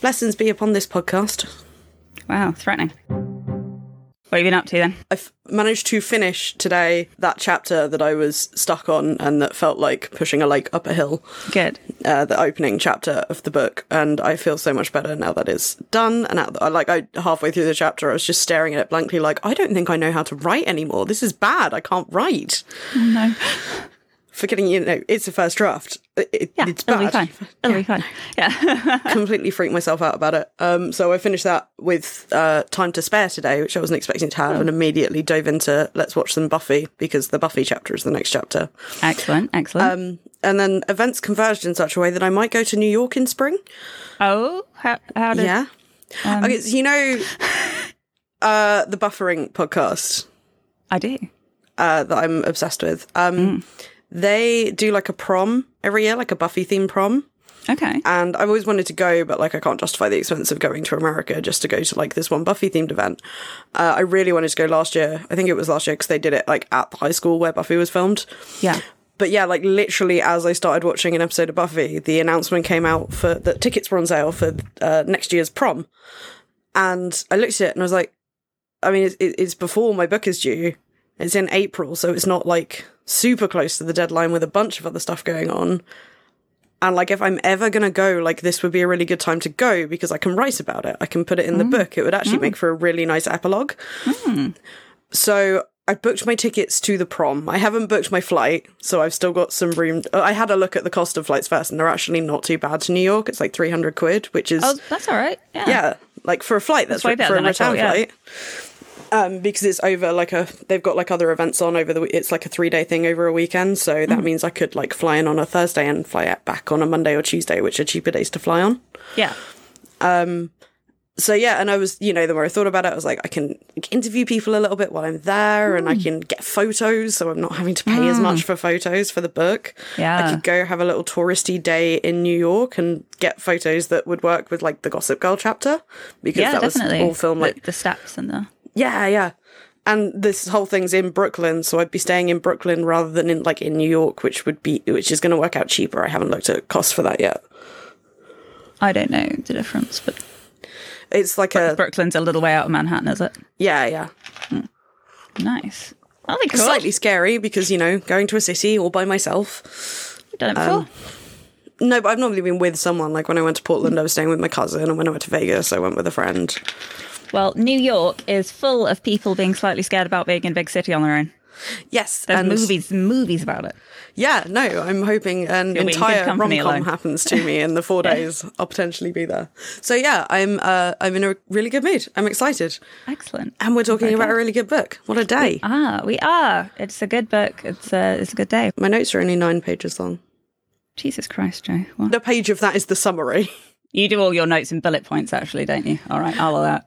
Blessings be upon this podcast. Wow, threatening. What have you been up to then? I've managed to finish today that chapter that I was stuck on and that felt like pushing a lake up a hill. Good. uh, the opening chapter of the book, and I feel so much better now that it's done. And at the, like, I halfway through the chapter, I was just staring at it blankly, like, I don't think I know how to write anymore. This is bad. I can't write. No. Forgetting, you know, it's a first draft. It- it- Yeah, it's it'll bad. be fine. It'll be fine. Oh, Yeah. Completely freaked myself out about it. Um, so I finished that with uh, time to spare today, which I wasn't expecting to have, and immediately dove into let's watch some Buffy because the Buffy chapter is the next chapter. excellent. Excellent. Um, and then events converged in such a way that I might go to New York in spring. oh, how, how did. Yeah. okay, so you know uh the buffering podcast I do. uh that I'm obsessed with. Um they do like a prom every year, like a Buffy themed prom. Okay. And I've always wanted to go, but like I can't justify the expense of going to America just to go to like this one Buffy themed event. Uh, I really wanted to go last year. I think it was last year because they did it like at the high school where Buffy was filmed. Yeah. But yeah, like literally as I started watching an episode of Buffy, the announcement came out for that tickets were on sale for uh, next year's prom. And I looked at it and I was like, I mean, it's, it's before my book is due. It's in April, so it's not like super close to the deadline with a bunch of other stuff going on. And like, if I'm ever going to go, like, this would be a really good time to go because I can write about it. I can put it in the book. It would actually make for a really nice epilogue. So I booked my tickets to the prom. I haven't booked my flight, so I've still got some room. uh, I had a look at the cost of flights first, and they're actually not too bad to New York. It's like 300 quid, which is, Oh, that's all right. Yeah. yeah, like for a flight, that's, way right for better a than I return thought, yeah. flight. Um, because it's over like a, they've got like other events on over the, we- it's like a three day thing over a weekend. So Mm. that means I could like fly in on a Thursday and fly out back on a Monday or Tuesday, which are cheaper days to fly on. Yeah. so yeah, and I was, you know, the more I thought about it, I was like, I can like, interview people a little bit while I'm there, and Mm. I can get photos, so I'm not having to pay as much for photos for the book. I Yeah. could go have a little touristy day in New York and get photos that would work with like the Gossip Girl chapter because Yeah, that definitely. was all filmed like the, the steps and the. yeah, yeah. And this whole thing's in Brooklyn, so I'd be staying in Brooklyn rather than in like in New York, which would be which is going to work out cheaper. I haven't looked at cost for that yet. I don't know the difference, but It's like a Brooklyn's a little way out of Manhattan, is it? yeah, yeah. Nice. That'll be cool. Slightly scary because you know going to a city all by myself. We've done it before. No, but I've normally been with someone. Like when I went to Portland, I was staying with my cousin, and when I went to Vegas, I went with a friend. well, New York is full of people being slightly scared about being in a big city on their own. Yes, There's and movies, movies about it. Yeah, no, I'm hoping an You'll be in good entire rom company com alone. happens to me in the four days. I'll potentially be there. So yeah, I'm uh, I'm in a really good mood. I'm excited, Excellent. and we're talking about a really good book. What a day! Ah, we are. It's a good book. It's a it's a good day. My notes are only nine pages long. Jesus Christ, Joe. What? The page of that is the summary. You do all your notes in bullet points, actually, don't you? All right, all of that.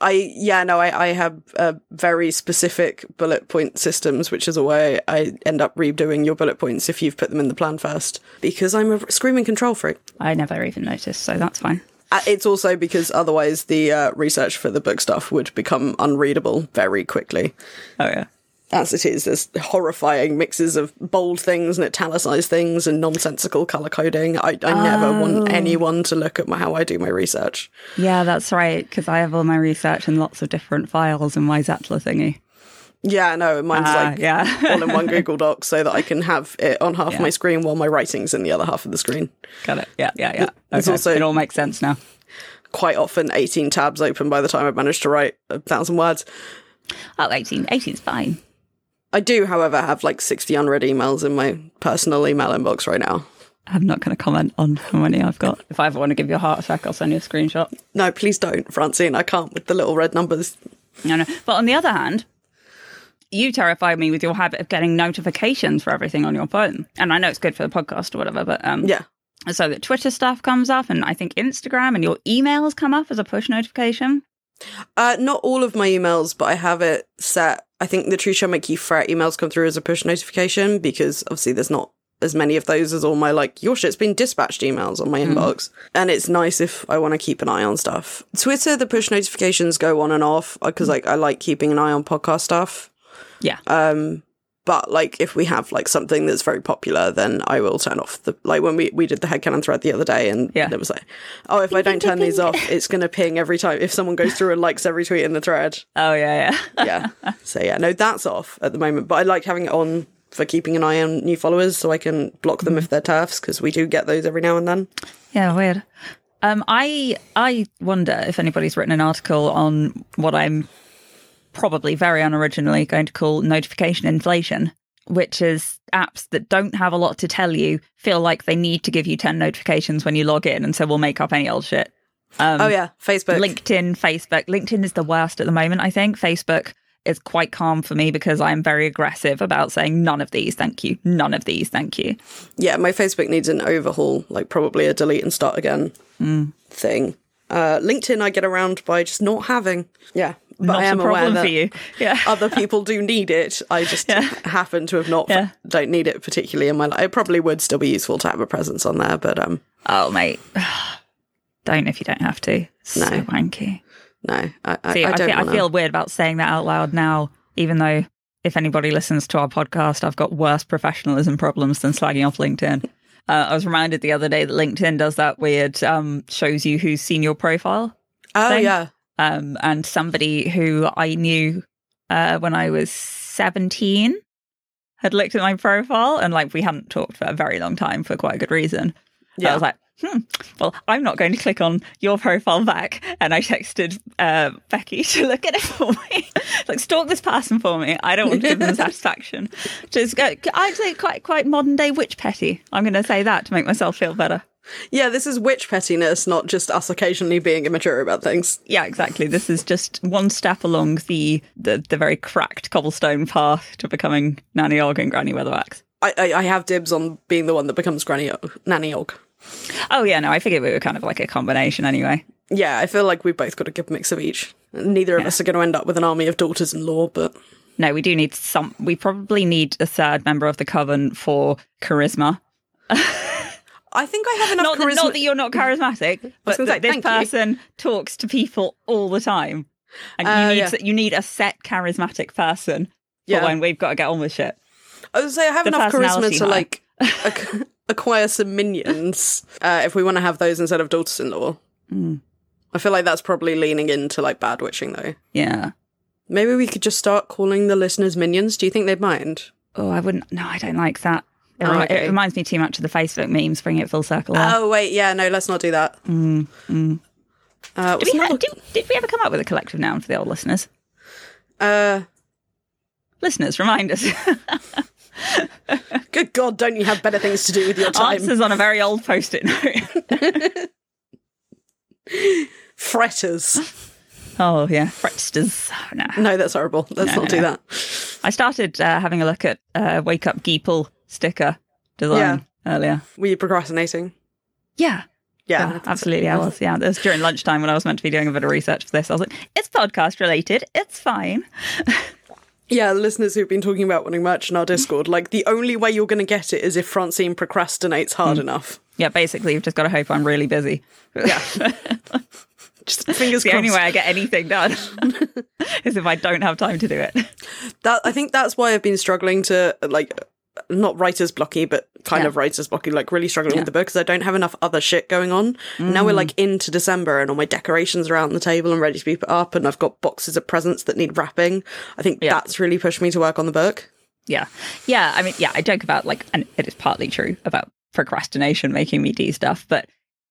I yeah no I I have uh, very specific bullet point systems, which is a way I end up redoing your bullet points if you've put them in the plan first because I'm a screaming control freak. I never even noticed, so that's fine. Uh, It's also because otherwise the uh, research for the book stuff would become unreadable very quickly. Oh yeah. As it is, there's horrifying mixes of bold things and italicized things and nonsensical color coding. I, I never Oh. want anyone to look at my, how I do my research. Yeah, that's right. Because I have all my research in lots of different files in my Zettler thingy. Yeah, no, mine's Ah, like yeah. all in one Google Doc so that I can have it on half Yeah. my screen while my writing's in the other half of the screen. Got it. Yeah, yeah, yeah. It's Okay, also- it all makes sense now. Quite often, 18 tabs open by the time I've managed to write a thousand words. Oh, 18. 18's fine. I do, however, have like 60 unread emails in my personal email inbox right now. I'm not going to comment on how many I've got. If I ever want to give you a heart attack, I'll send you a screenshot. No, please don't, Francine. I can't with the little red numbers. No, no. But on the other hand, you terrify me with your habit of getting notifications for everything on your phone. And I know it's good for the podcast or whatever, but um, Yeah. so that Twitter stuff comes up, and I think Instagram and your emails come up as a push notification. Uh, not all of my emails, but I have it set. I think the True Shall Make You Fret emails come through as a push notification because obviously there's not as many of those as all my like your shit's been dispatched emails on my inbox. And it's nice if I want to keep an eye on stuff. Twitter, the push uh, notifications go on and off because like I like keeping an eye on podcast stuff. Yeah. Um, But like, if we have like something that's very popular, then I will turn off the like when we we did the headcanon thread the other day, and Yeah. it was like, oh, if I don't turn these off, it's gonna ping every time if someone goes through and likes every tweet in the thread. Oh yeah, yeah. Yeah. so yeah, no, that's off at the moment. But I like having it on for keeping an eye on new followers, so I can block them Mm. if they're turfs because we do get those every now and then. Yeah, weird. Um, I I wonder if anybody's written an article on what I'm probably very unoriginally going to call notification inflation, which is apps that don't have a lot to tell you feel like they need to give you ten notifications when you log in, and so we'll make up any old shit. Um, oh yeah, Facebook. LinkedIn, Facebook. LinkedIn is the worst at the moment, I think. Facebook is quite calm for me because I'm very aggressive about saying none of these, thank you. None of these, thank you. yeah, my Facebook needs an overhaul, like probably a delete and start again Mm. thing. Uh, LinkedIn, I get around by just not having. Yeah, but Not I am a aware problem that for you. Yeah. other people do need it. I just happen to have not Yeah. don't need it particularly in my life. It probably would still be useful to have a presence on there, but um, Oh, mate. don't if you don't have to. So No. wanky. no, I, I, See, I, I don't. feel, I wanna- feel weird about saying that out loud now, even though if anybody listens to our podcast, I've got worse professionalism problems than slagging off LinkedIn. Uh, I was reminded the other day that LinkedIn does that weird um, shows you who's seen your profile. Oh thing. yeah, um, and somebody who I knew uh, when I was 17 had looked at my profile and like we hadn't talked for a very long time for quite a good reason. Yeah. I Yeah. was like, hmm, well, I'm not going to click on your profile back. And I texted uh, Becky to look at it for me. like, stalk this person for me. I don't want to give them satisfaction. Just go, I'd say quite, quite modern day witch petty. I'm going to say that to make myself feel better. yeah. This is witch pettiness, not just us occasionally being immature about things. yeah, exactly. This is just one step along the the, the very cracked cobblestone path to becoming Nanny Og and Granny Weatherwax. I, I, I have dibs on being the one that becomes granny og, nanny og. Oh yeah, no, I figured we were kind of like a combination anyway. Yeah, I feel like we've both got a good mix of each. Neither of us are going to end up with an army of daughters-in-law, but No, we do need some. We probably need a third member of the coven for charisma. I think I have enough charisma. Not, That, not that you're not charismatic, but gonna say, that this thank you. person talks to people all the time, and Uh, you need yeah. to- you need a set charismatic person. Yeah. For when we've got to get on with shit. I would say I have The enough charisma personality to high. like ac- acquire some minions uh, if we want to have those instead of daughters-in-law. Hmm. I feel like that's probably leaning into like bad witching though. Yeah. Maybe we could just start calling the listeners minions. Do you think they'd mind? Oh, I wouldn't. No, I don't like that. It, Oh, remi- okay. it reminds me too much of the Facebook memes. Bring it full circle. there. Oh wait, yeah, no, let's not do that. Mm, Uh, did, we what's ha- another- did, did we ever come up with a collective noun for the old listeners? uh, Listeners, remind us. good God, don't you have better things to do with your time? Answers on a very old post-it note. Fretters. oh yeah, fretsters. Oh, no. No, that's horrible. Let's No, not no, do that. I started uh, having a look at uh, "Wake Up Geeple" sticker design earlier. Were you procrastinating? Yeah, Yeah. yeah, absolutely. I was. Yeah, it was during lunchtime when I was meant to be doing a bit of research for this. I was like, "It's podcast related. It's fine." Yeah, the listeners who've been talking about wanting merch in our Discord, like the only way you're going to get it is if Francine procrastinates Mm. hard enough. Yeah, basically, you've just got to hope I'm really busy. Yeah. Just fingers the crossed. only way I get anything done is if I don't have time to do it. That I think that's why I've been struggling to like not writer's blocky, but kind Yeah. of writer's blocky, like really struggling Yeah. Mm. with the book because I don't have enough other shit going on. Now we're like into December and all my decorations are out on the table and ready to be put up, and I've got boxes of presents that need wrapping. I think Yeah. that's really pushed me to work on the book. Yeah. Yeah. I mean, yeah, I joke about like, and it is partly true about procrastination making me do stuff, but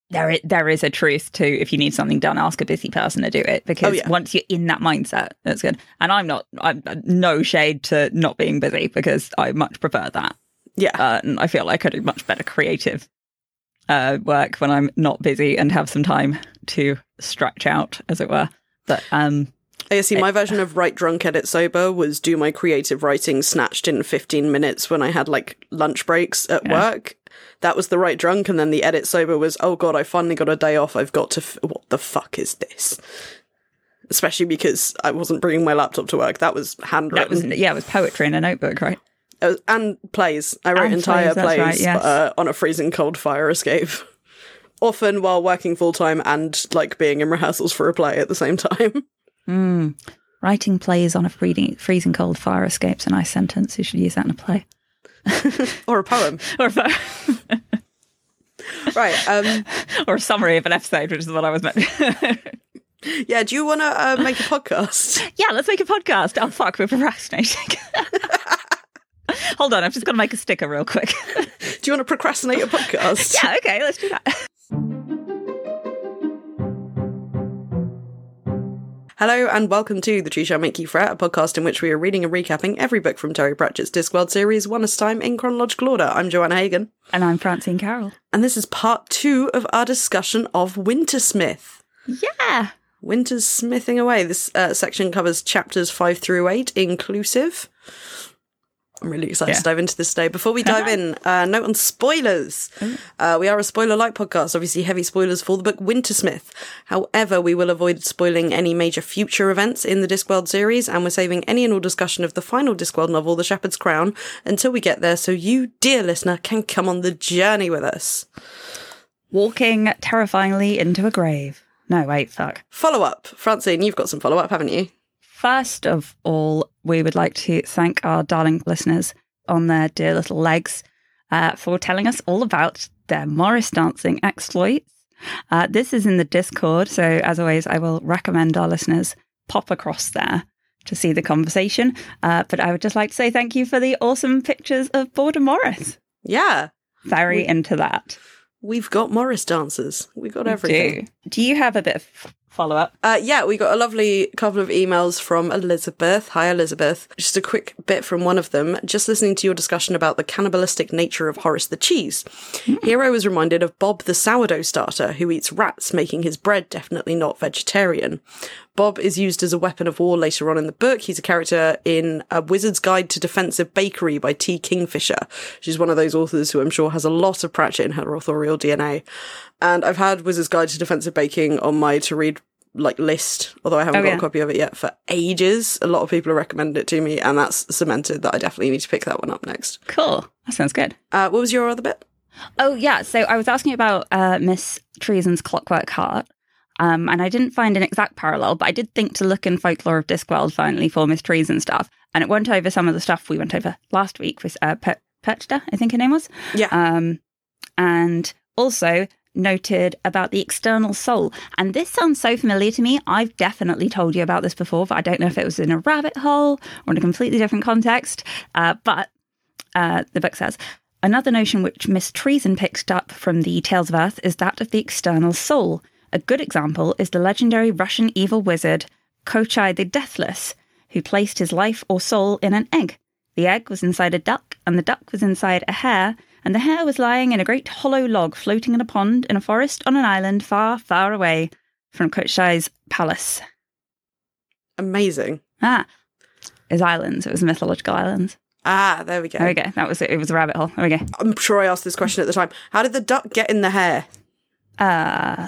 there is, there is a truth to if you need something done, ask a busy person to do it because yeah. once you're in that mindset, that's good. And I'm not, I'm uh, no shade to not being busy because I much prefer that. Yeah. Uh, and I feel like I do much better creative uh, work when I'm not busy and have some time to stretch out, as it were. But um, I see. My version of write drunk, edit sober was do my creative writing snatched in 15 minutes when I had like lunch breaks at work. That was the write drunk, and then the edit sober was oh god, I finally got a day off. I've got to f- what the fuck is this? Especially because I wasn't bringing my laptop to work. That was handwritten that was, yeah, it was poetry in a notebook, right? Uh, and plays. I wrote And entire plays, that's plays, right, yes. uh, on a freezing cold fire escape. Often while working full time and like being in rehearsals for a play at the same time. Writing plays on a freezing, freezing cold fire escape's a nice sentence. You should use that in a play. or a poem. Or a, right. Um, or a summary of an episode, which is what I was meant yeah. Do you want to uh, make a podcast? yeah, let's make a podcast. Oh, fuck, we're procrastinating. Hold on, I've just got to make a sticker real quick. Do you want to procrastinate a podcast? yeah, okay, let's do that. Hello and welcome to The Tree Shall Make You Fret, a podcast in which we are reading and recapping every book from Terry Pratchett's Discworld series one at a time in chronological order. I'm Joanna Hagen, And I'm Francine Carroll. and this is part two of our discussion of Wintersmith. Yeah. Winter's Smithing Away. This uh, section covers chapters five through eight, inclusive. I'm really excited Yeah. to dive into this today. Before we dive in, uh, note on spoilers. Uh, we are a spoiler light podcast, obviously, heavy spoilers for the book Wintersmith. However, we will avoid spoiling any major future events in the Discworld series, and we're saving any and all discussion of the final Discworld novel, The Shepherd's Crown, until we get there, so you, dear listener, can come on the journey with us. Walking terrifyingly into a grave. No, wait, fuck. Follow up. Francine, you've got some follow up, haven't you? First of all, we would like to thank our darling listeners on their dear little legs uh, for telling us all about their Morris dancing exploits. Uh, this is in the Discord, so as always, I will recommend our listeners pop across there to see the conversation. Uh, but I would just like to say thank you for the awesome pictures of Border Morris. Yeah. Very into that. We've got Morris dancers. We got everything. Do, do you have a bit of follow up? Uh, yeah, we got a lovely couple of emails from Elizabeth. Hi, Elizabeth. Just a quick bit from one of them. Just listening to your discussion about the cannibalistic nature of Horace the Cheese. Here I was reminded of Bob the sourdough starter, who eats rats, making his bread definitely not vegetarian. Bob is used as a weapon of war later on in the book. He's a character in A Wizard's Guide to Defensive Bakery by T. Kingfisher. She's one of those authors who I'm sure has a lot of Pratchett in her authorial DNA. And I've had Wizard's Guide to Defensive Baking on my to read like list, although I haven't Oh, got yeah. a copy of it yet for ages. A lot of people have recommended it to me, and that's cemented that I definitely need to pick that one up next. Cool. That sounds good. Uh, what was your other bit? Oh yeah, so I was asking about uh, Miss Treason's Clockwork Heart, um, and I didn't find an exact parallel, but I did think to look in folklore of Discworld finally for Miss Treason stuff, and it went over some of the stuff we went over last week with uh, per- Perchta, I think her name was, Yeah. um, and also noted about the external soul. And this sounds so familiar to me. I've definitely told you about this before, but I don't know if it was in a rabbit hole or in a completely different context. Uh, but uh, the book says. Another notion which Miss Treason picked up from the Tales of Earth is that of the external soul. A good example is the legendary Russian evil wizard Kochai the Deathless, who placed his life or soul in an egg. The egg was inside a duck, and the duck was inside a hare, and the hare was lying in a great hollow log floating in a pond in a forest on an island far, far away from Kochai's palace. Amazing. Ah, his islands. It was mythological islands. Ah, there we go. There we go. That was it. It was a rabbit hole. There we go. I'm sure I asked this question at the time. How did the duck get in the hair? Uh,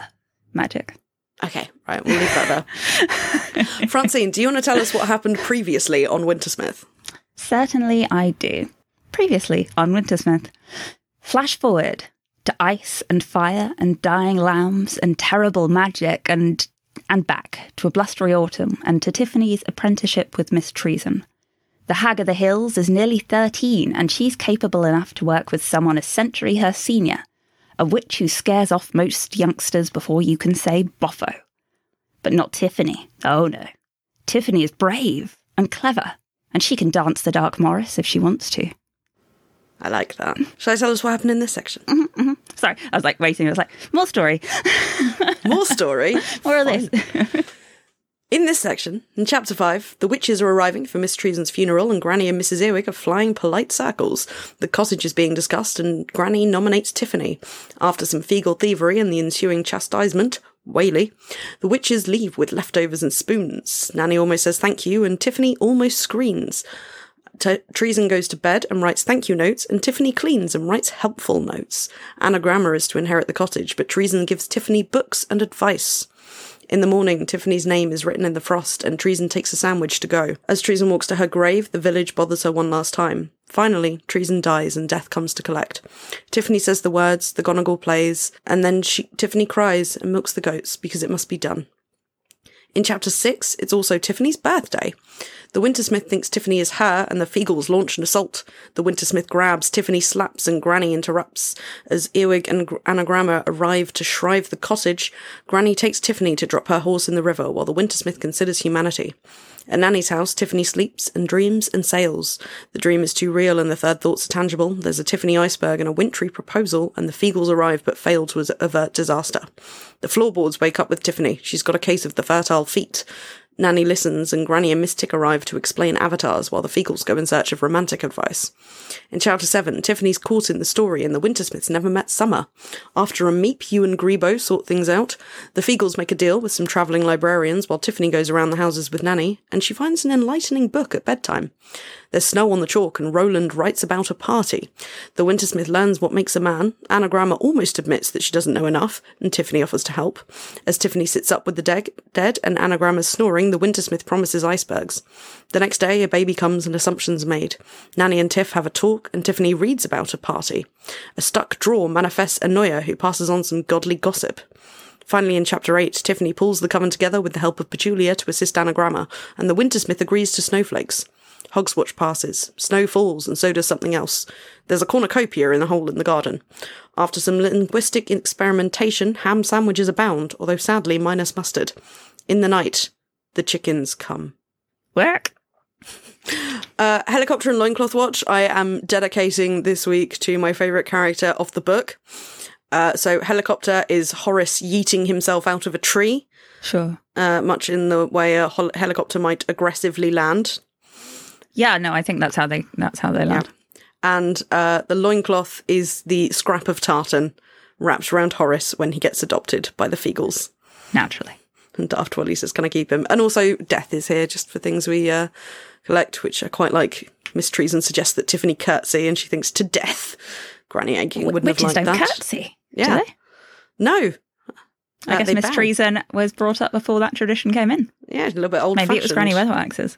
magic. Okay, right, we'll leave that there. Francine, do you want to tell us what happened previously on Wintersmith? Certainly I do. Previously on Wintersmith. Flash forward to ice and fire and dying lambs and terrible magic and and back to a blustery autumn and to Tiffany's apprenticeship with Miss Treason. The Hag of the Hills is nearly 13 and she's capable enough to work with someone a century her senior, a witch who scares off most youngsters before you can say boffo. But not Tiffany. Oh no. Tiffany is brave and clever, and she can dance the Dark Morris if she wants to. I like that. Shall I tell us what happened in this section? Sorry, I was like waiting. I was like, more story, More story. more of this. In this section, in chapter 5, the witches are arriving for Miss Treason's funeral and Granny and Mrs. Earwig are flying polite circles. The cottage is being discussed and Granny nominates Tiffany. After some feeble thievery and the ensuing chastisement, Whaley, the witches leave with leftovers and spoons. Nanny almost says thank you and Tiffany almost screams. T- Treason goes to bed and writes thank you notes, and Tiffany cleans and writes helpful notes. Anna Grammer is to inherit the cottage, but Treason gives Tiffany books and advice. In the morning, Tiffany's name is written in the frost, and Treason takes a sandwich to go. As Treason walks to her grave, the village bothers her one last time. Finally, Treason dies, and death comes to collect. Tiffany says the words, the gonagall plays, and then she, Tiffany cries and milks the goats because it must be done. In chapter six, it's also Tiffany's birthday. The Wintersmith thinks Tiffany is her, and the Feagles launch an assault. The Wintersmith grabs, Tiffany slaps, and Granny interrupts. As Earwig and Gr- Anagramma arrive to shrive the cottage, Granny takes Tiffany to drop her horse in the river while the Wintersmith considers humanity. At Nanny's house, Tiffany sleeps and dreams and sails. The dream is too real and the third thoughts are tangible. There's a Tiffany iceberg and a wintry proposal, and the Feagles arrive but fail to avert disaster. The floorboards wake up with Tiffany. She's got a case of the fertile feet. Nanny listens, and Granny and Mystic arrive to explain avatars while the Feagles go in search of romantic advice. In Chapter 7, Tiffany's caught in the story, and the Wintersmiths never met Summer. After a meep, you and Grebo sort things out. The Feagles make a deal with some travelling librarians while Tiffany goes around the houses with Nanny, and she finds an enlightening book at bedtime. There's snow on the chalk, and Roland writes about a party. The Wintersmith learns what makes a man. Anagramma almost admits that she doesn't know enough, and Tiffany offers to help. As Tiffany sits up with the de- dead and Anagramma's snoring, the Wintersmith promises icebergs. The next day, a baby comes and assumptions made. Nanny and Tiff have a talk, and Tiffany reads about a party. A stuck drawer manifests Anoya, who passes on some godly gossip. Finally, in Chapter 8, Tiffany pulls the coven together with the help of Petulia to assist Anagramma, and the Wintersmith agrees to snowflakes. Hogswatch passes. Snow falls, and so does something else. There's a cornucopia in a hole in the garden. After some linguistic experimentation, ham sandwiches abound, although sadly minus mustard. In the night, the chickens come. Work. Uh, helicopter and loincloth watch. I am dedicating this week to my favourite character of the book. Uh, so helicopter is Horace yeeting himself out of a tree, Sure. uh, much in the way a hol- helicopter might aggressively land. Yeah, no, I think that's how they that's how they land. And uh, the loincloth is the scrap of tartan wrapped around Horace when he gets adopted by the Feagles. Naturally. And Daft Wally says, "Can I keep him?" And also, Death is here just for things we uh, collect, which I quite like. Miss Treason suggests that Tiffany curtsy, and she thinks to death. Granny Eggie wouldn't Witches have liked don't that. curtsy. Yeah. Do they? No, I Uh, guess they Miss bow. Treason was brought up before that tradition came in. yeah, a little bit old. Maybe it was Granny Weatherwax's,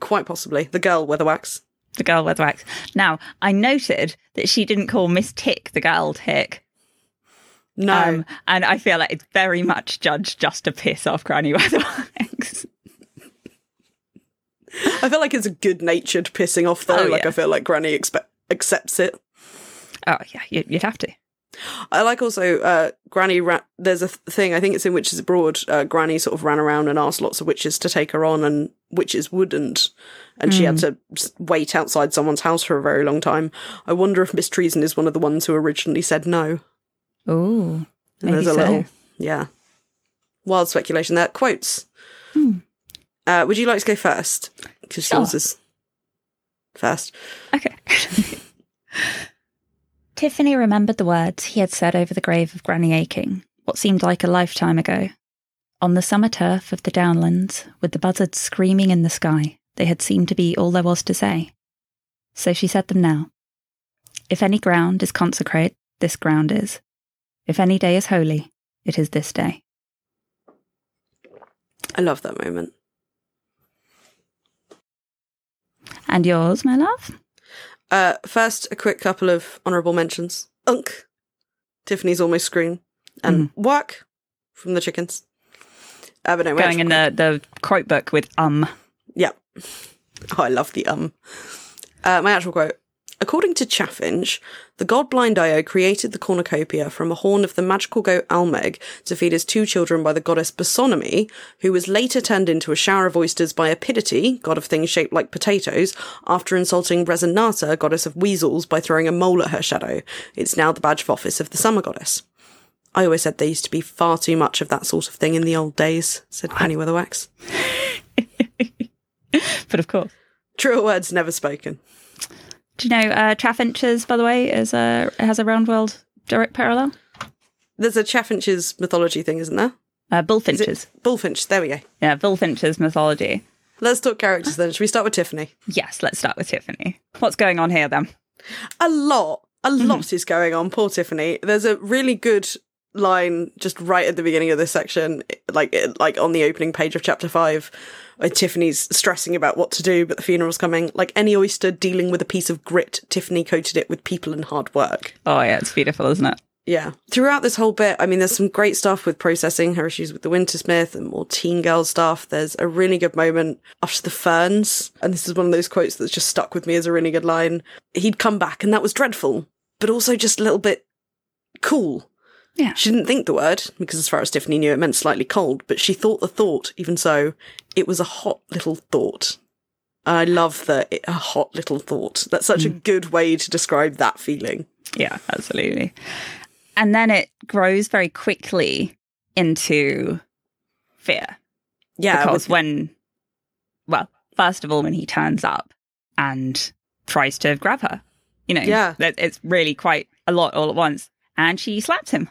Quite possibly the girl Weatherwax. the girl Weatherwax. Now, I noted that she didn't call Miss Tick the girl Tick. No, Um, and I feel like it's very much judged just to piss off Granny Weatherwax. I feel like it's a good-natured pissing off though. Oh, like yeah. I feel like Granny expe- accepts it. oh, yeah, you, you'd have to. I like also uh, Granny. Ra- There's a th- thing I think it's in Witches Abroad. Uh, Granny sort of ran around and asked lots of witches to take her on, and witches wouldn't, and she Hmm. had to s- wait outside someone's house for a very long time. I wonder if Miss Treason is one of the ones who originally said no. Ooh. And Maybe there's a so. little, yeah, wild speculation there. Quotes. Uh, would you like to go first? Because Hmm. Sure. yours is first. Okay. Tiffany remembered the words he had said over the grave of Granny Aching, what seemed like a lifetime ago. On the summer turf of the downlands, with the buzzards screaming in the sky, they had seemed to be all there was to say. So she said them now. If any ground is consecrate, this ground is. If any day is holy, it is this day. I love that moment. And yours, my love? Uh, first, a quick couple of honourable mentions. Unk, Tiffany's almost scream, and Mm-hmm. work from the chickens. Uh, but no, we're Going in the, the quote book with um. yeah. Oh, I love the um. Uh, my actual quote. According to Chaffinch, the god Blind Io created the cornucopia from a horn of the magical goat Almeg to feed his two children by the goddess Basonomy, who was later turned into a shower of oysters by Epidity, god of things shaped like potatoes, after insulting Resonata, goddess of weasels, by throwing a mole at her shadow. It's now the badge of office of the summer goddess. I always said there used to be far too much of that sort of thing in the old days, said Penny Weatherwax. But of course. Truer words never spoken. Do you know uh, Chaffinches, by the way, is a has a round world direct parallel? There's a chaffinch's mythology thing, isn't there? Uh, Is it- bullfinches. Bullfinch. There we go. Yeah, bullfinches mythology. Let's talk characters then. Should we start with Tiffany? Yes, let's start with Tiffany. What's going on here then? A lot, a lot is going on. Poor Tiffany. There's a really good line just right at the beginning of this section, like like on the opening page of chapter five, where Tiffany's stressing about what to do, but the funeral's coming. Like any oyster dealing with a piece of grit, Tiffany coated it with people and hard work. Oh yeah, it's beautiful, isn't it? yeah. Throughout this whole bit, I mean, there's some great stuff with processing her issues with the Wintersmith and more teen girl stuff. There's a really good moment after the ferns, and this is one of those quotes that's just stuck with me as a really good line. He'd come back, and that was dreadful, but also just a little bit cool. Yeah. She didn't think the word, because as far as Tiffany knew, it meant slightly cold, but she thought the thought, even so, it was a hot little thought. And I love that it, a hot little thought. That's such a good way to describe that feeling. Yeah, absolutely. And then it grows very quickly into fear. Yeah. because with- when, well, first of all, when he turns up and tries to grab her, you know, Yeah. that it's really quite a lot all at once. And she slaps him.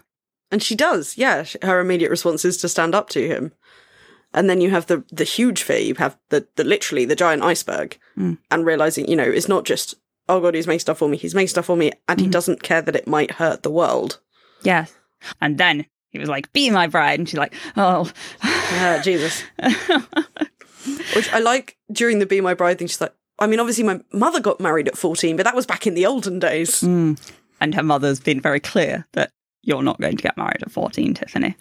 And she does, yeah. Sh- Her immediate response is to stand up to him. And then you have the the huge fear. You have the, the literally the giant iceberg, Mm. and realizing you know it's not just oh god he's making stuff for me. He's making stuff for me, and Hmm. he doesn't care that it might hurt the world. Yes. And then he was like, "Be my bride," and she's like, "Oh, Yeah, Uh, Jesus. Which I like during the be my bride thing. She's like, I mean, obviously my mother got married at fourteen, but that was back in the olden days. Hmm. and her mother's been very clear that you're not going to get married at 14, Tiffany.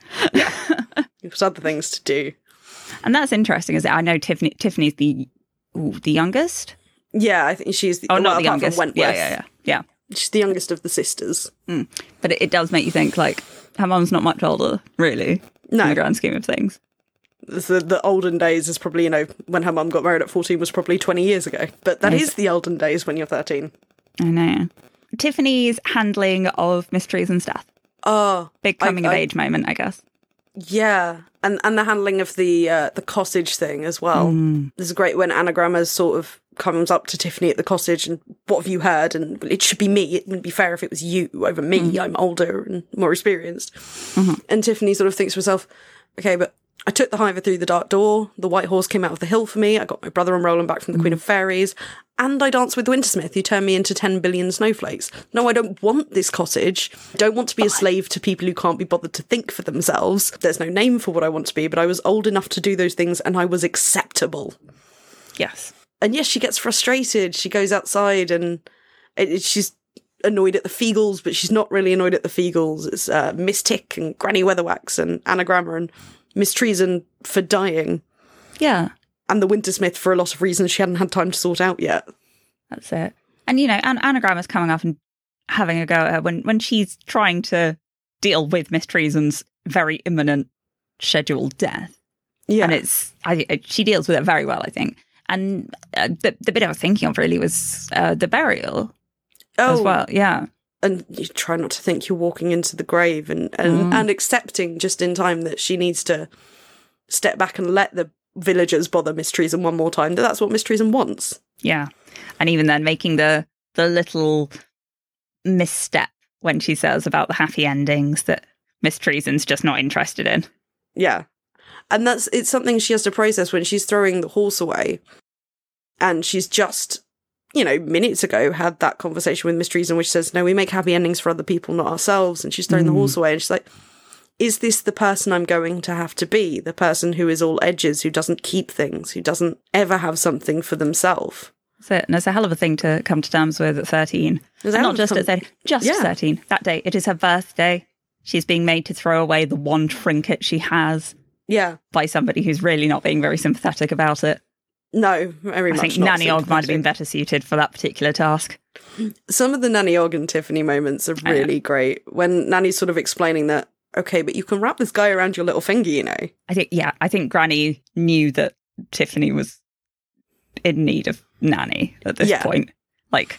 There's other things to do. And that's interesting, is that I know Tiffany. Tiffany's the ooh, the youngest. Yeah, I think she's the Oh, well, not apart the from youngest. Wentworth, Yeah, yeah, yeah, yeah. She's the youngest of the sisters. But it, it does make you think, like, her mum's not much older, really, in No, the grand scheme of things. the, the olden days is probably you know when her mum got married at 14 was probably 20 years ago but that is the olden days when you're 13 I know. Tiffany's handling of mysteries and stuff. oh Big I- coming I- of age moment, I guess. yeah and and the handling of the uh, the cottage thing as well there's a great when anagramma sort of comes up to tiffany at the cottage and what have you heard and it should be me it wouldn't be fair if it was you over me i'm older and more experienced and tiffany sort of thinks to herself okay but I took the hiver through the dark door. The white horse came out of the hill for me. I got my brother and Roland back from the Queen of Fairies. And I danced with Wintersmith, who turned me into 10 billion snowflakes. No, I don't want this cottage. Don't want to be a slave to people who can't be bothered to think for themselves. There's no name for what I want to be, but I was old enough to do those things and I was acceptable. Yes. And yes, she gets frustrated. She goes outside and it, it- she's annoyed at the Feagles, but she's not really annoyed at the Feagles. It's uh, Miss Tick and Granny Weatherwax and Anagramma and Miss Treason for dying Yeah, and the Wintersmith for a lot of reasons she hadn't had time to sort out yet. that's it. And, you know, an- Anagramma's coming up and having a go at her when, when she's trying to deal with Miss Treason's very imminent scheduled death. Yeah. and it's I, I- she deals with it very well, I think. And uh, the the bit I was thinking of really was uh, the burial Oh. as well. Yeah, and you try not to think you're walking into the grave and Mm. and, and accepting just in time that she needs to step back and let the villagers bother Miss Treason one more time. That that's what Miss Treason wants. yeah. And even then, making the the little misstep when she says about the happy endings that Miss Treason's just not interested in. Yeah. And that's it's something she has to process when she's throwing the horse away. And she's just, you know, minutes ago had that conversation with Miss Treason, which says, No, we make happy endings for other people, not ourselves. And she's throwing the Mm. horse away and she's like, Is this the person I'm going to have to be? The person who is all edges, who doesn't keep things, who doesn't ever have something for themselves. So, and it's a hell of a thing to come to terms with at thirteen. It's a hell of Not a just at com- thirteen, just Yeah. thirteen. That day, it is her birthday. She's being made to throw away the one trinket she has Yeah. by somebody who's really not being very sympathetic about it. No, very I much. think not Nanny Og might have sympathetic. been better suited for that particular task. some of the Nanny Og and Tiffany moments are I know. really great. When Nanny's sort of explaining that, okay, but you can wrap this guy around your little finger, you know. I think, yeah, I think Granny knew that Tiffany was in need of Nanny at this Yeah. point. Like,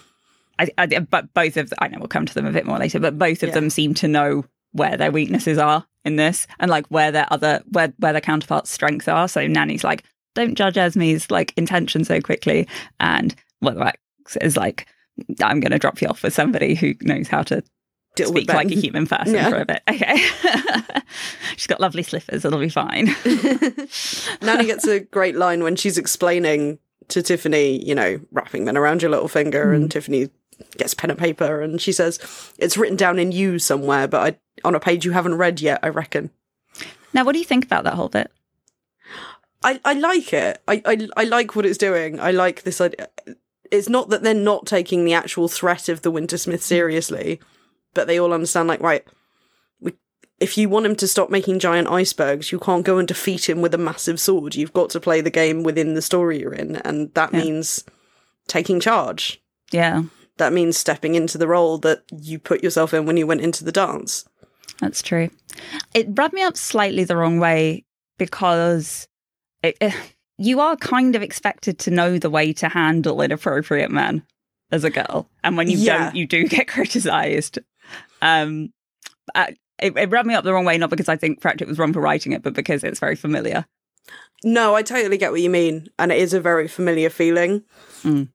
I, I, but both of I know we'll come to them a bit more later, but both of Yeah. them seem to know where their weaknesses are in this, and like where their other where where their counterparts' strengths are. So Nanny's like, don't judge Esme's like intention so quickly, and Weatherwax is like, I'm going to drop you off with somebody who knows how to Deal with speak like a Ben. human person Yeah. for a bit. Okay. She's got lovely slippers. It'll be fine. Nanny gets a great line when she's explaining to Tiffany, you know, wrapping them around your little finger, Mm. and Tiffany gets pen and paper, and she says, "It's written down in you somewhere, but I, on a page you haven't read yet, I reckon." Now, what do you think about that whole bit? I, I like it. I, I I like what it's doing. I like this idea. It's not that they're not taking the actual threat of the Wintersmith seriously, but they all understand like right, if you want him to stop making giant icebergs, you can't go and defeat him with a massive sword. You've got to play the game within the story you're in, and that Yeah. means taking charge. Yeah, That means stepping into the role that you put yourself in when you went into the dance. that's true. It rubbed me up slightly the wrong way because it, eh, you are kind of expected to know the way to handle inappropriate men as a girl, and when you Yeah. don't, you do get criticised. Um, I, it, it rubbed me up the wrong way, not because I think Pratchett was wrong for writing it, but because it's very familiar. No, I totally get what you mean, and it is a very familiar feeling. Mm.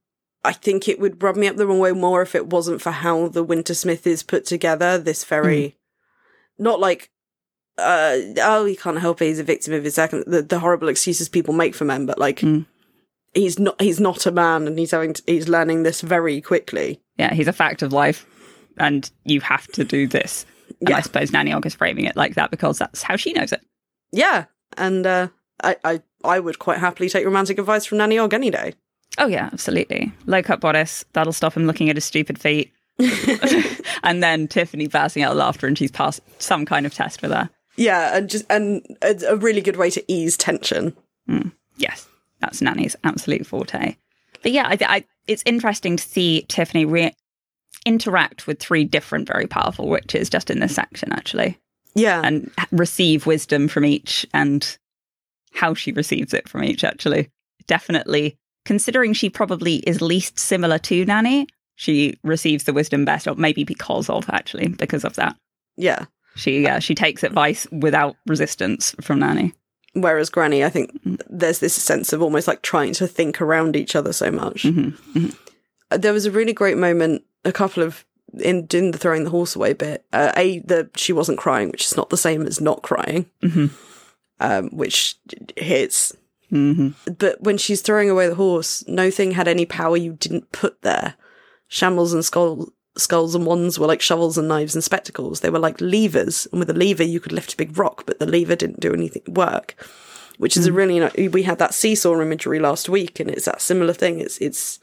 I think it would rub me up the wrong way more if it wasn't for how the Wintersmith is put together. This very, Mm. not like, uh, oh, he can't help it; he's a victim of his second. The, the horrible excuses people make for men, but like, Mm. he's not he's not a man, and he's having to, he's learning this very quickly. yeah, he's a fact of life, and you have to do this. And Yeah. I suppose Naniog is framing it like that because that's how she knows it. Yeah, and uh, I, I I would quite happily take romantic advice from Nanny Og any day. Oh yeah, absolutely. Low cut bodice that'll stop him looking at his stupid feet, and then Tiffany bursting out of laughter, and she's passed some kind of test with her. Yeah, and just and it's a really good way to ease tension. Yes, that's Nanny's absolute forte. But yeah, I, I, it's interesting to see Tiffany re- interact with three different very powerful witches just in this section, actually, Yeah, and receive wisdom from each and how she receives it from each, actually. Definitely, considering she probably is least similar to Nanny, she receives the wisdom best, or maybe because of, actually, because of that. yeah. She, uh, she takes advice without resistance from Nanny. Whereas Granny, I think there's this sense of almost like trying to think around each other so much. Uh, Mhm, There was a really great moment, a couple of in in the throwing the horse away bit. Uh, a the she wasn't crying, which is not the same as not crying, Mhm. um, which hits. hmm But when she's throwing away the horse, no thing had any power you didn't put there. Shambles and skull, skulls and wands were like shovels and knives and spectacles. They were like levers, and with a lever you could lift a big rock, but the lever didn't do anything work. Which is a really ni- we had that seesaw imagery last week, and it's that similar thing. It's it's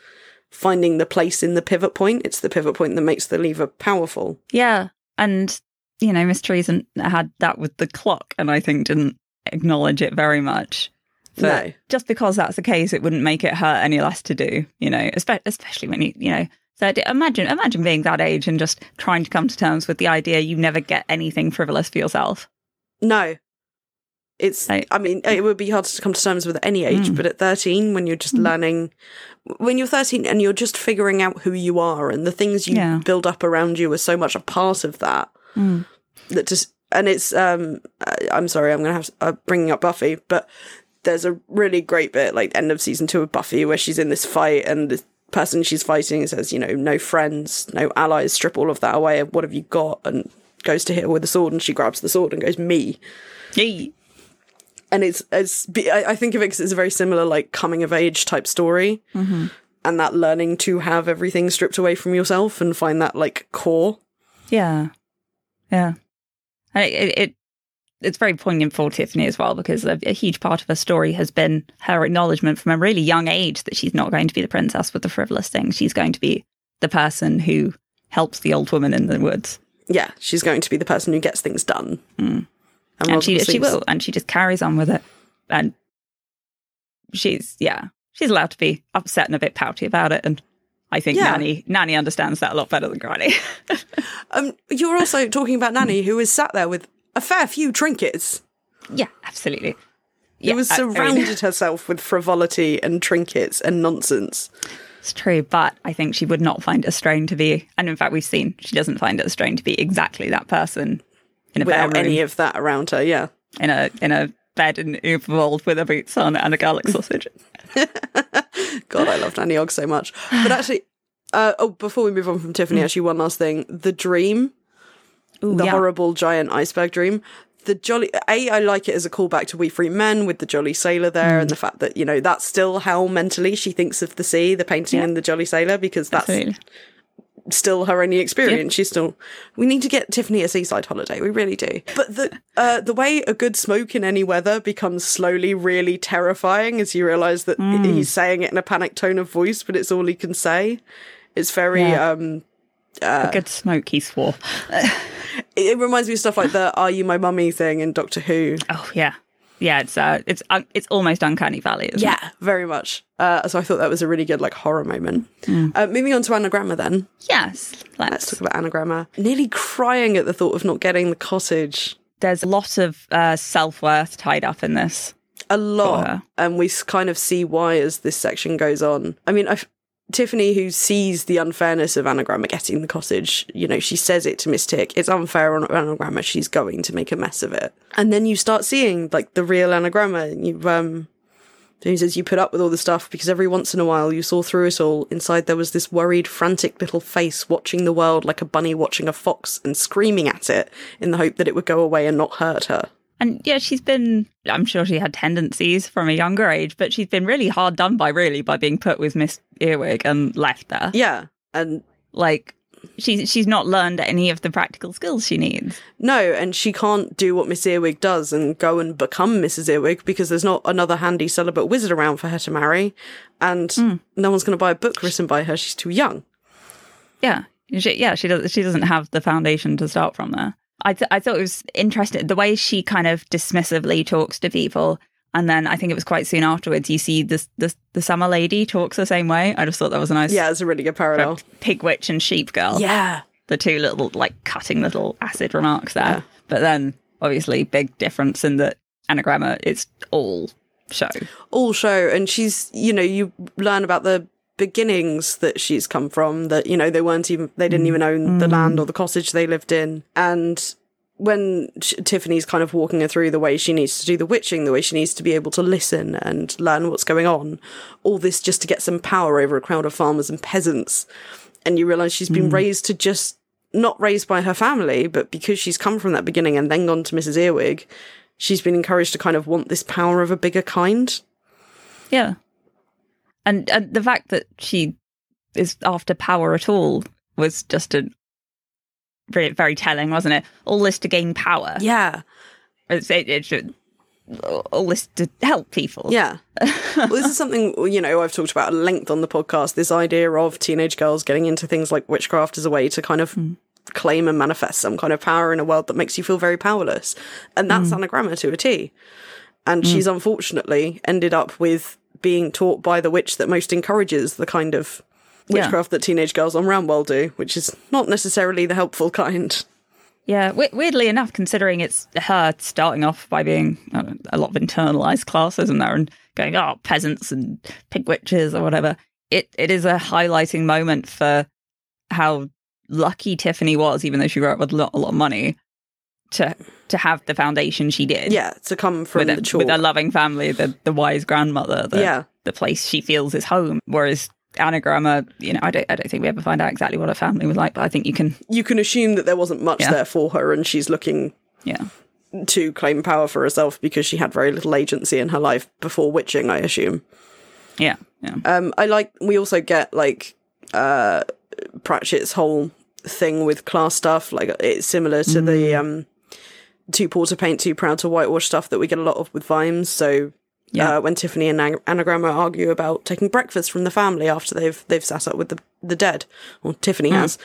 finding the place in the pivot point. It's the pivot point that makes the lever powerful. Yeah. And, you know, Miss Treason had that with the clock and I think didn't acknowledge it very much. But No. just because that's the case, it wouldn't make it her any less to do, you know, espe- especially when you, you know, 30, imagine, imagine being that age and just trying to come to terms with the idea you never get anything frivolous for yourself. No. It's, I- I, mean, it would be hard to come to terms with at any age, but at 13, when you're just learning, when you're 13 and you're just figuring out who you are and the things you Yeah. build up around you are so much a part of that, that just, and it's, um, I- I'm sorry, I'm going to have to, uh, bringing up Buffy, but there's a really great bit, like end of season two of Buffy, where she's in this fight and the person she's fighting says, you know, no friends, no allies, strip all of that away. What have you got? And goes to hit her with a sword and she grabs the sword and goes, me Yee. and it's it's be- I, I think of it 'cause it's a very similar like coming of age type story, Mm-hmm. and that learning to have everything stripped away from yourself and find that like core. Yeah. Yeah. And it, it, it it's very poignant for Tiffany as well because a, a huge part of her story has been her acknowledgement from a really young age that she's not going to be the princess with the frivolous things. She's going to be the person who helps the old woman in the woods. Yeah, she's going to be the person who gets things done, Mm. And rolls she up her she sleeves. will and she just carries on with it. And she's yeah, she's allowed to be upset and a bit pouty about it and I think Yeah. Nanny Nanny understands that a lot better than Granny. Um, you're also talking about Nanny, who is sat there with a fair few trinkets. yeah, absolutely. who has I- I mean- surrounded herself with frivolity and trinkets and nonsense. It's true, but I think she would not find it strain to be, and in fact, we've seen she doesn't find it strain to be exactly that person in a Without bare room, any of that around her, yeah. in a in a bed in Uberwald with her boots on and a garlic sausage. God, I love Nanny Og so much. But actually, uh, oh, before we move on from Tiffany, actually, one last thing: the dream, the Mm. yeah. horrible giant iceberg dream. The jolly a, I like it as a callback to We Free Men with the jolly sailor there, Mm. and the fact that you know that's still how mentally she thinks of the sea, the painting, and the jolly sailor because that's Absolutely. still her only experience. She's still. We need to get Tiffany a seaside holiday. We really do. But the uh, the way a good smoke in any weather becomes slowly really terrifying as you realise that he's saying it in a panicked tone of voice, but it's all he can say. It's very Yeah. um, a good smoke, he swore. It, it reminds me of stuff like the "Are you my mummy?" thing in Doctor Who. Oh yeah, yeah. It's uh, it's un it's almost uncanny valley. Isn't Yeah, very much. Uh, so I thought that was a really good like horror moment. Uh, moving on to anagramma then. It? Yes. Let's Let's. talk about anagramma. Nearly crying at the thought of not getting the cottage. There's a lot of uh, self worth tied up in this. A her. lot, and we s- kind of see why as this section goes on. I mean, I f Tiffany, who sees the unfairness of anagramma getting the cottage, you know, she says it to Miss Tick. It's unfair on anagramma. She's going to make a mess of it. And then you start seeing like the real anagramma. and You've um, He says you put up with all the stuff because every once in a while you saw through it all. Inside there was this worried, frantic little face watching the world like a bunny watching a fox and screaming at it in the hope that it would go away and not hurt her. And yeah, she's been, I'm sure she had tendencies from a younger age, but she's been really hard done by, really, by being put with Miss Earwig and left there. Yeah. And Like, she's, she's not learned any of the practical skills she needs. no, and she can't do what Miss Earwig does and go and become Mrs. Earwig because there's not another handy celibate wizard around for her to marry. And no one's going to buy a book written by her. She's too young. Yeah. She, yeah, she, does, she doesn't have the foundation to start from there. I, th- I thought it was interesting the way she kind of dismissively talks to people. And then I think it was quite soon afterwards, you see this, this the summer lady talks the same way. I just thought that was a nice Yeah, it's a really good parallel. pig witch and sheep girl. Yeah. the two little like cutting little acid remarks there. But then obviously big difference in that anagramma it's all show. all show and she's you know you learn about the beginnings that she's come from that you know they weren't even they didn't even own the land or the cottage they lived in and when sh Tiffany's kind of walking her through the way she needs to do the witching, the way she needs to be able to listen and learn what's going on, all this just to get some power over a crowd of farmers and peasants. And you realize she's been raised to just not raised by her family, but because she's come from that beginning and then gone to Mrs. Earwig, she's been encouraged to kind of want this power of a bigger kind. Yeah. And and the fact that she is after power at all was just a very, very telling, wasn't it? All this to gain power. Yeah, It's, it, it should, all this to help people. yeah. well, this is something you know I've talked about at length on the podcast. This idea of teenage girls getting into things like witchcraft as a way to kind of Hmm. claim and manifest some kind of power in a world that makes you feel very powerless, and that's Hmm. anagramma to a T. And she's unfortunately ended up with being taught by the witch that most encourages the kind of Yeah. witchcraft that teenage girls on Roundwell do, which is not necessarily the helpful kind. Yeah, we- weirdly enough, considering it's her starting off by being I don't know, a lot of internalized classes and there and going, oh, peasants and pig witches or whatever, it, it is a highlighting moment for how lucky Tiffany was, even though she grew up with a lot, a lot of money, to to have the foundation she did. Yeah, to come from With the a, chalk. with a loving family, the, the wise grandmother, the, Yeah. the place she feels is home. Whereas anagramma, you know, I don't, I don't think we ever find out exactly what her family was like, but I think you can, you can assume that there wasn't much Yeah. there for her, and she's looking yeah. to claim power for herself because she had very little agency in her life before witching, I assume. Yeah. Yeah. Um, I like we also get like uh, Pratchett's whole thing with class stuff. Like it's similar to the um, too poor to paint, too proud to whitewash stuff that we get a lot of with Vimes. So. Yeah. Uh, when Tiffany and An- Anagramma argue about taking breakfast from the family after they've they've sat up with the the dead, or Tiffany has,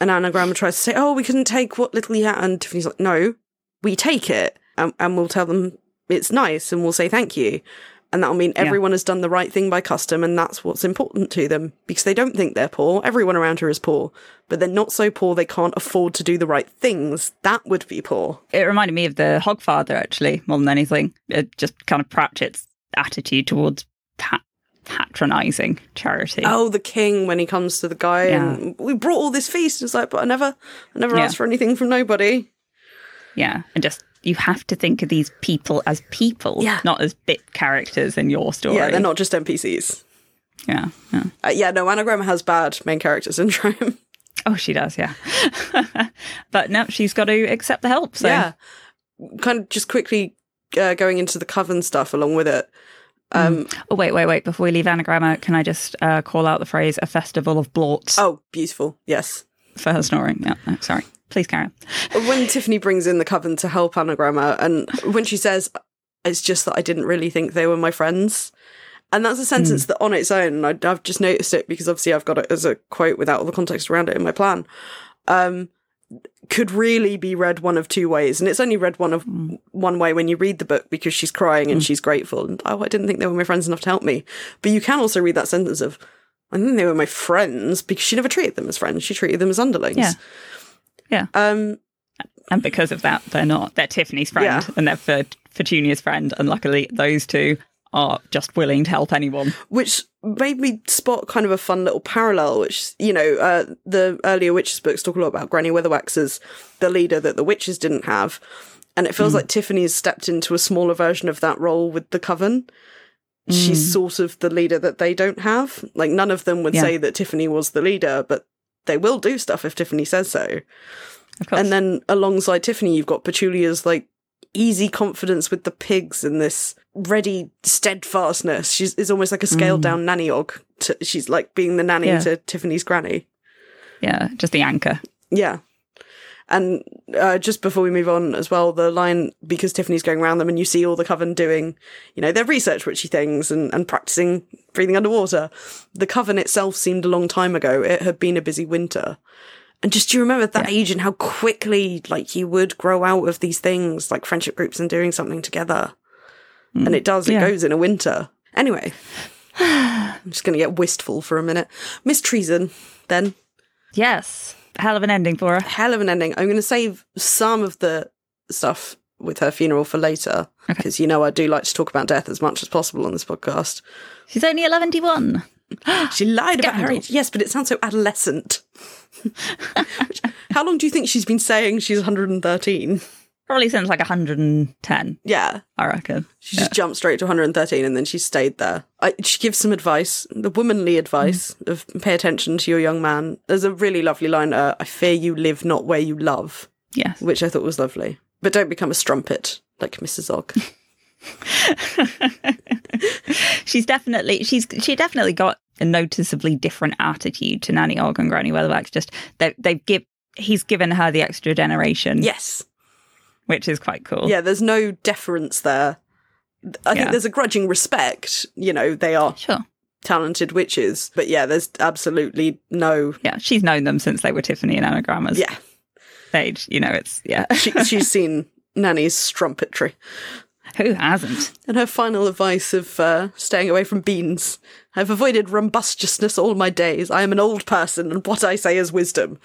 and Anagramma tries to say, "Oh, we couldn't take what little you had," and Tiffany's like, "No, we take it, and, and we'll tell them it's nice, and we'll say thank you, and that'll mean everyone has done the right thing by custom, and that's what's important to them because they don't think they're poor. Everyone around her is poor, but they're not so poor they can't afford to do the right things. That would be poor. it reminded me of the Hogfather actually, more than anything. It just kind of Pratchett's attitude towards pat- patronizing charity. Oh, the king when he comes to the guy, and we brought all this feast. It's like, but I never, I never Yeah. asked for anything from nobody. Yeah, and just you have to think of these people as people, Yeah. not as bit characters in your story. Yeah, they're not just NPCs. Yeah, yeah. Uh, yeah, no, Anagram has bad main character syndrome. Oh, she does. Yeah, but no, she's got to accept the help. So Yeah. Kind of just quickly uh, going into the coven stuff along with it. Um, Oh, wait, wait, wait. Before we leave anagramma, can I just uh, call out the phrase "a festival of blorts" Oh, beautiful. Yes. for her snoring? Yeah, no, sorry. Please carry on. When Tiffany brings in the coven to help Anagramma, and when she says, it's just that I didn't really think they were my friends. And that's a sentence Hmm. that on its own, I, I've just noticed it because obviously I've got it as a quote without all the context around it in my plan, um, could really be read one of two ways. And it's only read one of Hmm. one way when you read the book because she's crying and she's grateful. And oh, I didn't think they were my friends enough to help me. But you can also read that sentence of, I think they were my friends because she never treated them as friends. She treated them as underlings. Yeah. Yeah. Um, and because of that, they're not. They're Tiffany's friend Yeah. and they're Fort- Fortunia's friend. And luckily, those two are just willing to help anyone. which made me spot kind of a fun little parallel. Which you know, uh, the earlier witches books talk a lot about Granny Weatherwax as the leader that the witches didn't have, and it feels like Tiffany has stepped into a smaller version of that role with the coven. She's sort of the leader that they don't have. Like none of them would Yeah. say that Tiffany was the leader, but they will do stuff if Tiffany says so. Of course. And then alongside Tiffany, you've got Petunia's like easy confidence with the pigs and this ready steadfastness. She's is almost like a scaled down nanny og. To, she's like being the nanny Mm. Yeah. to Tiffany's granny. yeah, just the anchor. Yeah. And uh, just before we move on as well, the line because Tiffany's going around them and you see all the coven doing, you know, their research witchy things and, and practicing breathing underwater. The coven itself seemed a long time ago. It had been a busy winter. And just do you remember that age and how quickly like you would grow out of these things, like friendship groups and doing something together. And it does, Yeah. it goes in a winter. Anyway. I'm just gonna get wistful for a minute. Miss Treason, then Yes. Hell of an ending for her. hell of an ending. I'm going to save some of the stuff with her funeral for later because you know I do like to talk about death as much as possible on this podcast. She's only 111. She lied about her Scandal. age. Yes, but it sounds so adolescent. Which- How long do you think she's been saying she's 113? Probably since like 110, Yeah. I reckon. She just jumped straight to 113 and then she stayed there. I, she gives some advice, the womanly advice of pay attention to your young man. There's a really lovely line, uh, I fear you live not where you love, Yes. which I thought was lovely. But don't become a strumpet like Mrs. Og. she's definitely she's she definitely got a noticeably different attitude to Nanny Og and Granny Weatherwax. Just they they've give he's given her the extra generation, Yes. which is quite cool. Yeah, there's no deference there. I think Yeah. there's a grudging respect. You know, they are Sure. talented witches, but yeah, there's absolutely no. Yeah, she's known them since they were Tiffany and Anagramma's Yeah, age. You know, it's yeah. she, she's seen Nanny's strumpetry. Who hasn't? And her final advice of uh, staying away from beans. I've avoided rumbustiousness all my days. I am an old person, and what I say is wisdom.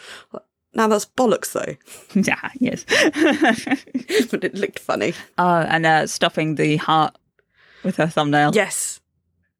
Now that's bollocks, though. yeah, yes. but it looked funny. uh, and uh, stopping the heart with her thumbnail Yes,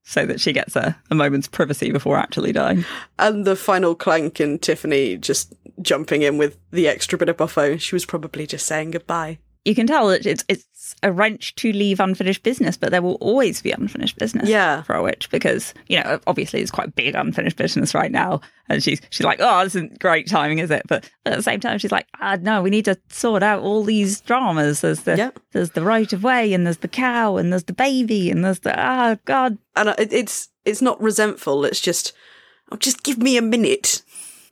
so that she gets a, a moment's privacy before actually dying. And the final clank and Tiffany just jumping in with the extra bit of buffo. She was probably just saying goodbye. You can tell that it's it's a wrench to leave unfinished business, but there will always be unfinished business. Yeah. for a witch because you know obviously it's quite big unfinished business right now, and she's she's like, oh, this isn't great timing, is it? But at the same time, she's like, ah, no, we need to sort out all these dramas. There's the Yeah. there's the right of way, and there's the cow, and there's the baby, and there's the ah, god, And I- it, it's it's not resentful. It's just, oh, just give me a minute.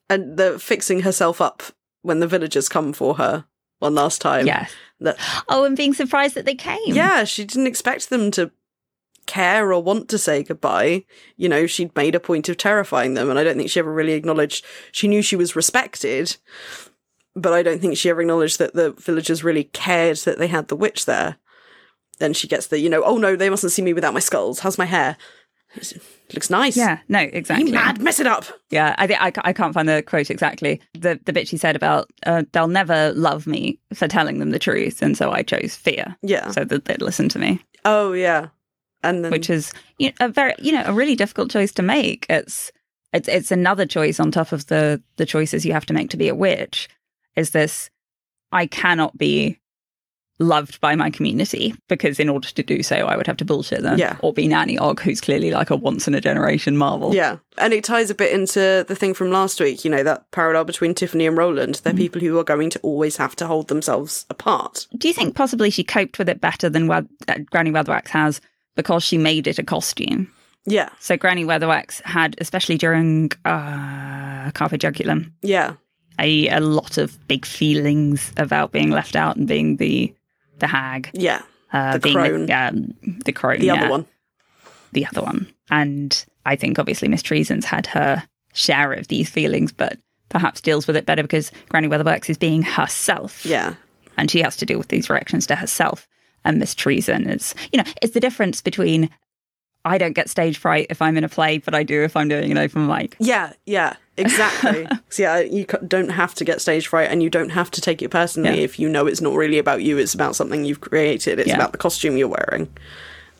And the fixing herself up when the villagers come for her one last time. yes. That, Oh, and being surprised that they came. Um, yeah, she didn't expect them to care or want to say goodbye. You know, she'd made a point of terrifying them, and I don't think she ever really acknowledged. She knew she was respected, but I don't think she ever acknowledged that the villagers really cared that they had the witch there. Then she gets the, you know, oh no, they mustn't see me without my skulls. How's my hair? It looks nice. yeah. No, You exactly. mad? Mess it up. Yeah, I, thi- I, ca- I can't find the quote exactly. The the bit she said about uh, they'll never love me for telling them the truth, and so I chose fear Yeah. so that they'd listen to me, Oh yeah. And Oh. then which is you know, a very you know a really difficult choice to make. It's it's it's another choice on top of the the choices you have to make to be a witch. Is this I cannot be loved by my community because in order to do so I would have to bullshit them Yeah. or be Nanny Og, who's clearly like a once in a generation marvel. Yeah. And it ties a bit into the thing from last week, you know, that parallel between Tiffany and Roland. Mm. They're people who are going to always have to hold themselves apart. Do you think possibly she coped with it better than Wed- uh, Granny Weatherwax has because she made it a costume? Yeah. So Granny Weatherwax had, especially during uh, Carpe Jugulum, Yeah. a, a lot of big feelings about being left out and being the the hag, Yeah. uh, The being crone. the, um, the crone, The yeah. other one. the other one. And I think obviously Miss Treason's had her share of these feelings, but perhaps deals with it better because Granny Weatherworks is being herself Yeah. and she has to deal with these reactions to herself and Miss Treason is you know, it's the difference between I don't get stage fright if I'm in a play, but I do if I'm doing an open mic. Yeah, yeah, exactly. so yeah, you c- don't have to get stage fright, and you don't have to take it personally Yeah. if you know it's not really about you. It's about something you've created. It's Yeah. Mm. about the costume you're wearing.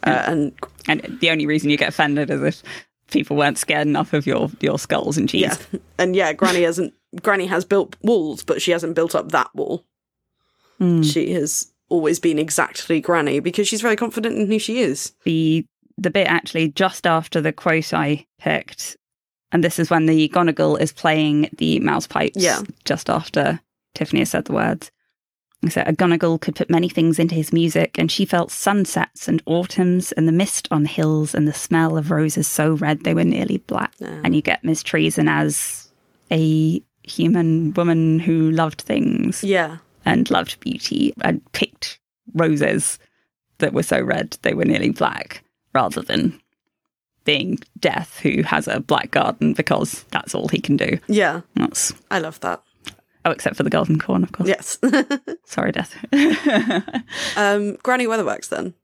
Uh, and And the only reason you get offended is if people weren't scared enough of your your skulls and cheese. yeah, and yeah, Granny hasn't. Granny has built walls, but she hasn't built up that wall. Mm. She has always been exactly Granny because she's very confident in who she is. the the bit actually just after the quote I picked, and this is when the Gonigal is playing the mouse pipes. Yeah. just after Tiffany has said the words. So a Gonigal could put many things into his music, and she felt sunsets and autumns and the mist on hills and the smell of roses so red they were nearly black. Yeah. And you get Miss Treason as a human woman who loved things Yeah, and loved beauty and picked roses that were so red they were nearly black rather than being death who has a black garden because that's all he can do yeah, that's I love that. oh except for the golden corn of course Yes, sorry death um, Granny Weatherworks. Then,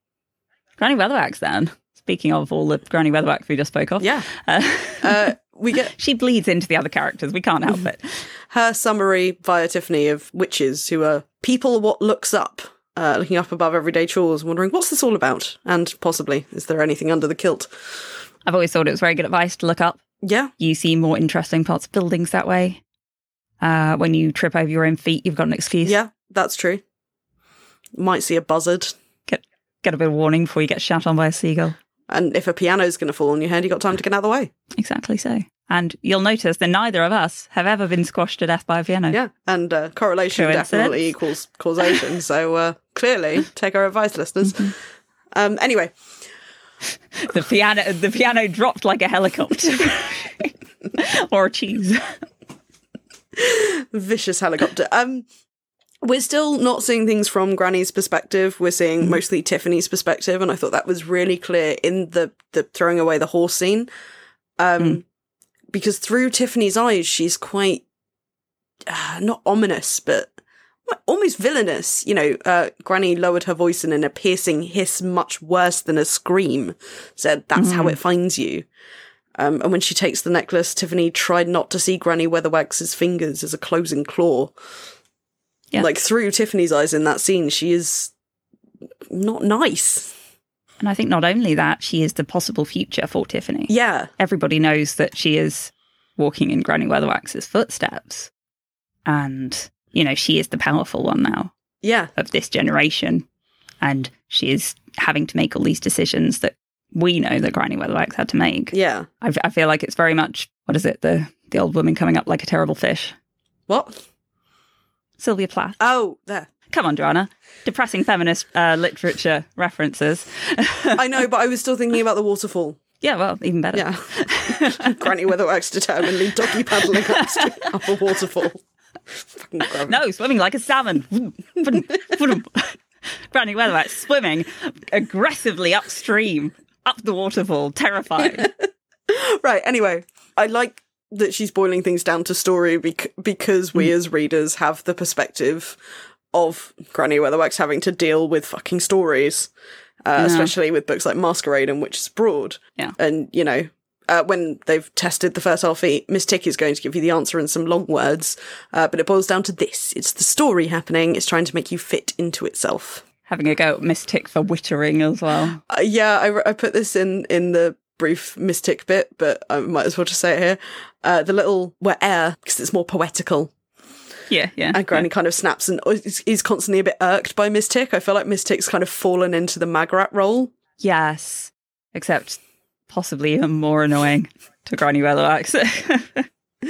granny weatherwax then speaking of all the granny weatherwax we just spoke of yeah, uh, uh, we get she bleeds into the other characters we can't help it her summary via Tiffany of witches who are people what looks up, uh, looking up above everyday chores, wondering what's this all about, and possibly is there anything under the kilt? i've always thought it was very good advice to look up Yeah, you see more interesting parts of buildings that way uh, when you trip over your own feet you've got an excuse yeah, that's true. Might see a buzzard, get get a bit of warning before you get shot on by a seagull. and if a piano's going to fall on your head, you got time to get out of the way. Exactly so. And you'll notice that neither of us have ever been squashed to death by a piano. Yeah, and uh, correlation Coincidence? definitely equals causation. so uh, clearly, take our advice, listeners. Um, anyway, The piano the piano dropped like a helicopter. or a cheese. vicious helicopter. Um, we're still not seeing things from Granny's perspective. We're seeing mostly Tiffany's perspective, and I thought that was really clear in the the throwing away the horse scene, um, because through Tiffany's eyes, she's quite uh, not ominous, but almost villainous. You know, uh, Granny lowered her voice and in a piercing hiss, much worse than a scream, said, "That's how it finds you." Um, and when she takes the necklace, Tiffany tried not to see Granny Weatherwax's fingers as a closing claw. Yeah. Like through Tiffany's eyes in that scene, she is not nice. And I think not only that, she is the possible future for Tiffany. Yeah. Everybody knows that she is walking in Granny Weatherwax's footsteps. And, you know, she is the powerful one now. Yeah. of this generation. And she is having to make all these decisions that we know that Granny Weatherwax had to make. Yeah. I, I feel like it's very much, what is it, the, the old woman coming up like a terrible fish. What? Sylvia Plath. Oh, there. Come on, Joanna. Depressing feminist uh, literature references. I know, but I was still thinking about the waterfall. yeah, well, even better. Yeah. Granny Weatherwax determinedly doggy paddling up, st- up a waterfall. Fucking Granny. No, swimming like a salmon. Granny Weatherwax swimming aggressively upstream, up the waterfall, terrifying. Right. Anyway, I like that she's boiling things down to story bec- because we as readers have the perspective of Granny Weatherwax having to deal with fucking stories, uh, especially with books like Masquerade and Witches Abroad. Yeah. And, you know, uh, when they've tested the first half, e- Miss Tick is going to give you the answer in some long words, uh, but it boils down to this it's the story happening, it's trying to make you fit into itself. Having a go at Miss Tick for wittering as well. Uh, yeah, I, I put this in in the brief mystic bit, but I might as well just say it here. Uh, the little wet air because it's more poetical, Yeah, yeah. and Granny kind of snaps and is, is constantly a bit irked by Mystic. I feel like Mystic's kind of fallen into the Magrat role. Yes, except possibly even more annoying to Granny Weatherwax.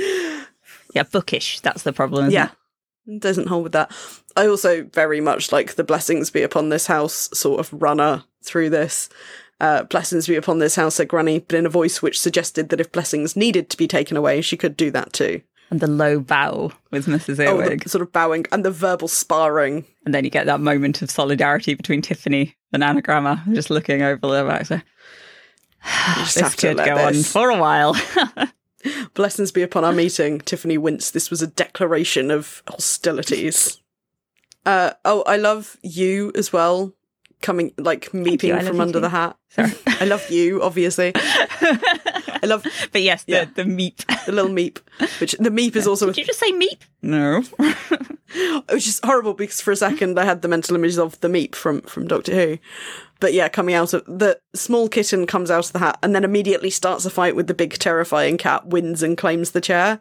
yeah, bookish. That's the problem. Isn't Yeah, it? doesn't hold with that. I also very much like the blessings be upon this house sort of runner through this. Uh, blessings be upon this house, said Granny, but in a voice which suggested that if blessings needed to be taken away, she could do that too. and the low bow with Mrs. Oh, Earwig, the sort of bowing and the verbal sparring and then you get that moment of solidarity between Tiffany and Anagramma, just looking over the back. So. just this have to could let go on this. for a while. Blessings be upon our meeting. Tiffany winced. This was a declaration of hostilities. Uh, oh, I love you as well. Coming like you, meeping I love from you under too. the hat. Sorry. I love you, obviously. I love but yes, the, Yeah. the meat. the little meep, which the meep is also Did you just say meat? No. which is horrible because for a second I had the mental image of the meep from from Doctor Who. But yeah, coming out of the small kitten comes out of the hat and then immediately starts a fight with the big terrifying cat, wins and claims the chair,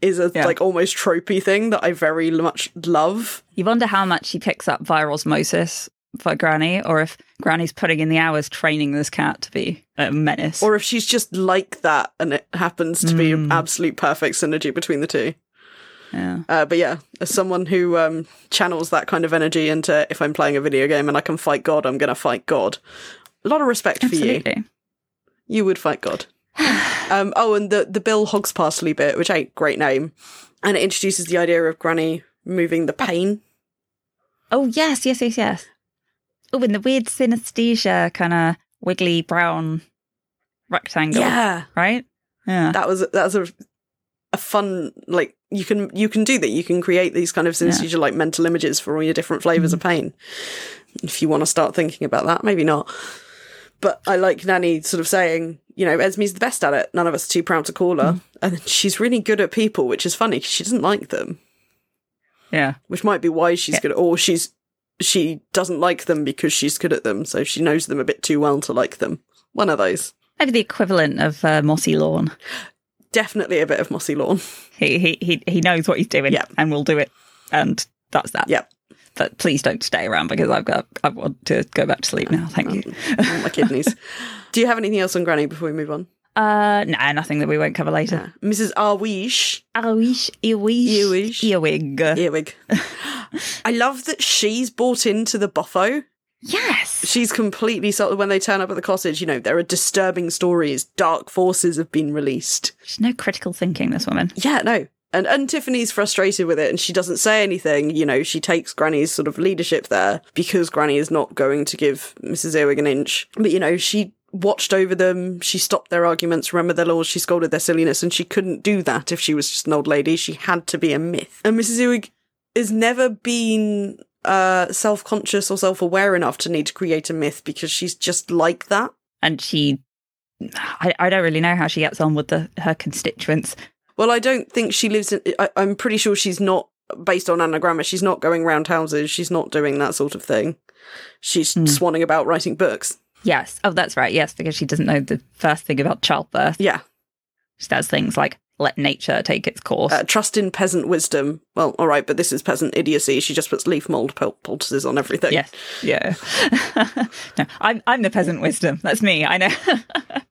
is a Yeah. like almost tropey thing that I very much love. you wonder how much she picks up via osmosis for Granny, or if Granny's putting in the hours training this cat to be a menace. Or if she's just like that and it happens to Hmm. be absolute perfect synergy between the two. yeah. Uh, but yeah, as someone who um, channels that kind of energy into if I'm playing a video game and I can fight God, I'm going to fight God. A lot of respect for you. Absolutely. You would fight God. um, oh, and the the Bill Hogs Parsley bit, which ain't great name, and it introduces the idea of Granny moving the pain. Oh yes, yes, yes, yes. Oh, and the weird synesthesia kind of wiggly brown rectangle. Yeah, Right. Yeah. that was that's a a fun like you can you can do that. You can create these kind of synesthesia like mental images for all your different flavors of pain. If you want to start thinking about that, maybe not. But I like Nanny sort of saying, you know, Esme's the best at it. None of us are too proud to call her, and she's really good at people, which is funny. 'cause She doesn't like them. yeah. which might be why she's Yeah. good at or she's she doesn't like them because she's good at them so she knows them a bit too well to like them one of those Maybe the equivalent of uh, mossy lawn. definitely a bit of mossy lawn He he he he knows what he's doing Yeah. and will do it, and that's that. Yep. But please don't stay around because I've got I want to go back to sleep now. Thank you. on my kidneys do you have anything else on granny before we move on Uh, Uh, no, nothing that we won't cover later. mrs arwish Earwish, earwish, Earwish. earwig. earwig i love that she's bought into the boffo Yes. she's completely sold when they turn up at the cottage you know there are disturbing stories dark forces have been released There's no critical thinking. This woman. Yeah, no. And and Tiffany's frustrated with it and she doesn't say anything. You know, she takes Granny's sort of leadership there because Granny is not going to give Mrs. Irwig an inch. But you know, she watched over them, she stopped their arguments, remembered their laws, she scolded their silliness, and she couldn't do that if she was just an old lady. She had to be a myth. And Mrs. Irwig has never been uh self-conscious or self-aware enough to need to create a myth because she's just like that. and she I, I don't really know how she gets on with the her constituents. Well, I don't think she lives in. I, I'm pretty sure she's not based on anagramma. She's not going round houses. She's not doing that sort of thing. She's Hmm. swanning about writing books. Yes. Oh, that's right. Yes, because she doesn't know the first thing about childbirth. Yeah, She does things like let nature take its course. uh, trust in peasant wisdom. Well, all right, but this is peasant idiocy. She just puts leaf mold pul- poultices on everything. yes. Yeah. no, I'm I'm the peasant wisdom. That's me. I know.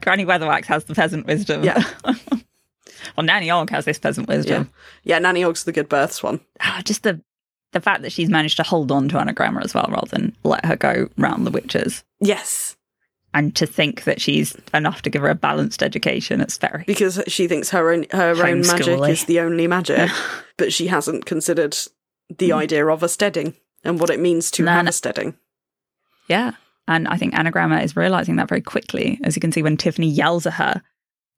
Granny Weatherwax has the peasant wisdom. Yeah. well, Nanny Ogg has this peasant yeah, wisdom. yeah. Nanny Ogg's the good births one. Ah, just the the fact that she's managed to hold on to Anagramma as well, rather than let her go round the witches. Yes, and to think that she's enough to give her a balanced education. It's very because she thinks her own her own magic Homeschooling. is the only magic, but she hasn't considered the Hmm. idea of a steading and what it means to No, have no. a steading. yeah. And I think Anagramma is realizing that very quickly, as you can see when Tiffany yells at her,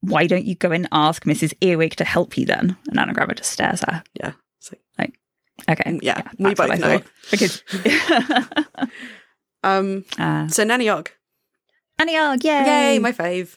"Why don't you go and ask Mrs. Earwig to help you then?" And Anagramma just stares at her. Yeah, it's like, Mm, Okay, yeah, we that's both what I know. thought. Because Um, uh, so Nanny Ogg. Annie Ogg, yay! Yay, my fave.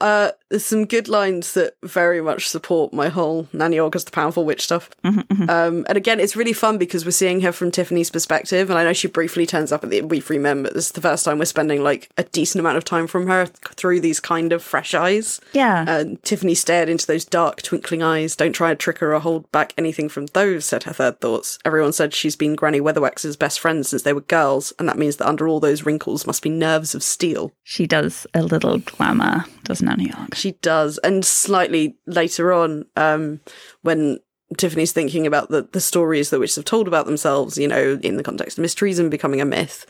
Uh, there's some good lines that very much support my whole Nanny August the Powerful Witch stuff. Mhm, mhm. Um, and again, it's really fun because we're seeing her from Tiffany's perspective, and I know she briefly turns up at the We've Remembered. This is the first time we're spending like a decent amount of time from her through these kind of fresh eyes. yeah, And Tiffany stared into those dark, twinkling eyes. Don't try to trick her or hold back anything from those, said her third thoughts. Everyone said she's been Granny Weatherwax's best friend since they were girls, and that means that under all those wrinkles must be nerves of steel. she does a little glamour, doesn't Annie Ogg? She does. And slightly later on, um, when Tiffany's thinking about the, the stories that witches have told about themselves, you know, in the context of mysteries and becoming a myth.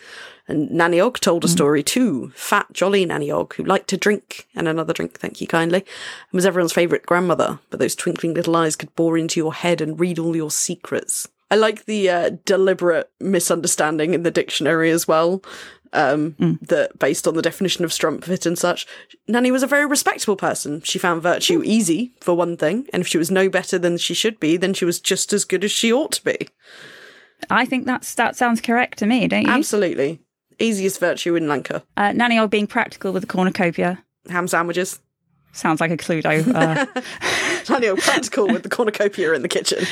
And Nanny Ogg told a story too. Fat, jolly Nanny Ogg, who liked to drink, and another drink, thank you kindly, and was everyone's favourite grandmother. But those twinkling little eyes could bore into your head and read all your secrets. I like the uh, deliberate misunderstanding in the dictionary as well um, that based on the definition of strumpet and such, Nanny was a very respectable person. She found Mm. virtue easy, for one thing, and if she was no better than she should be, then she was just as good as she ought to be. I think that's, that sounds correct to me, don't you? Absolutely. Easiest virtue in Lanka. Uh, Nanny Ogg being practical with the cornucopia. Ham sandwiches. Sounds like a Cluedo. Uh, Nanny Ogg practical with the cornucopia in the kitchen.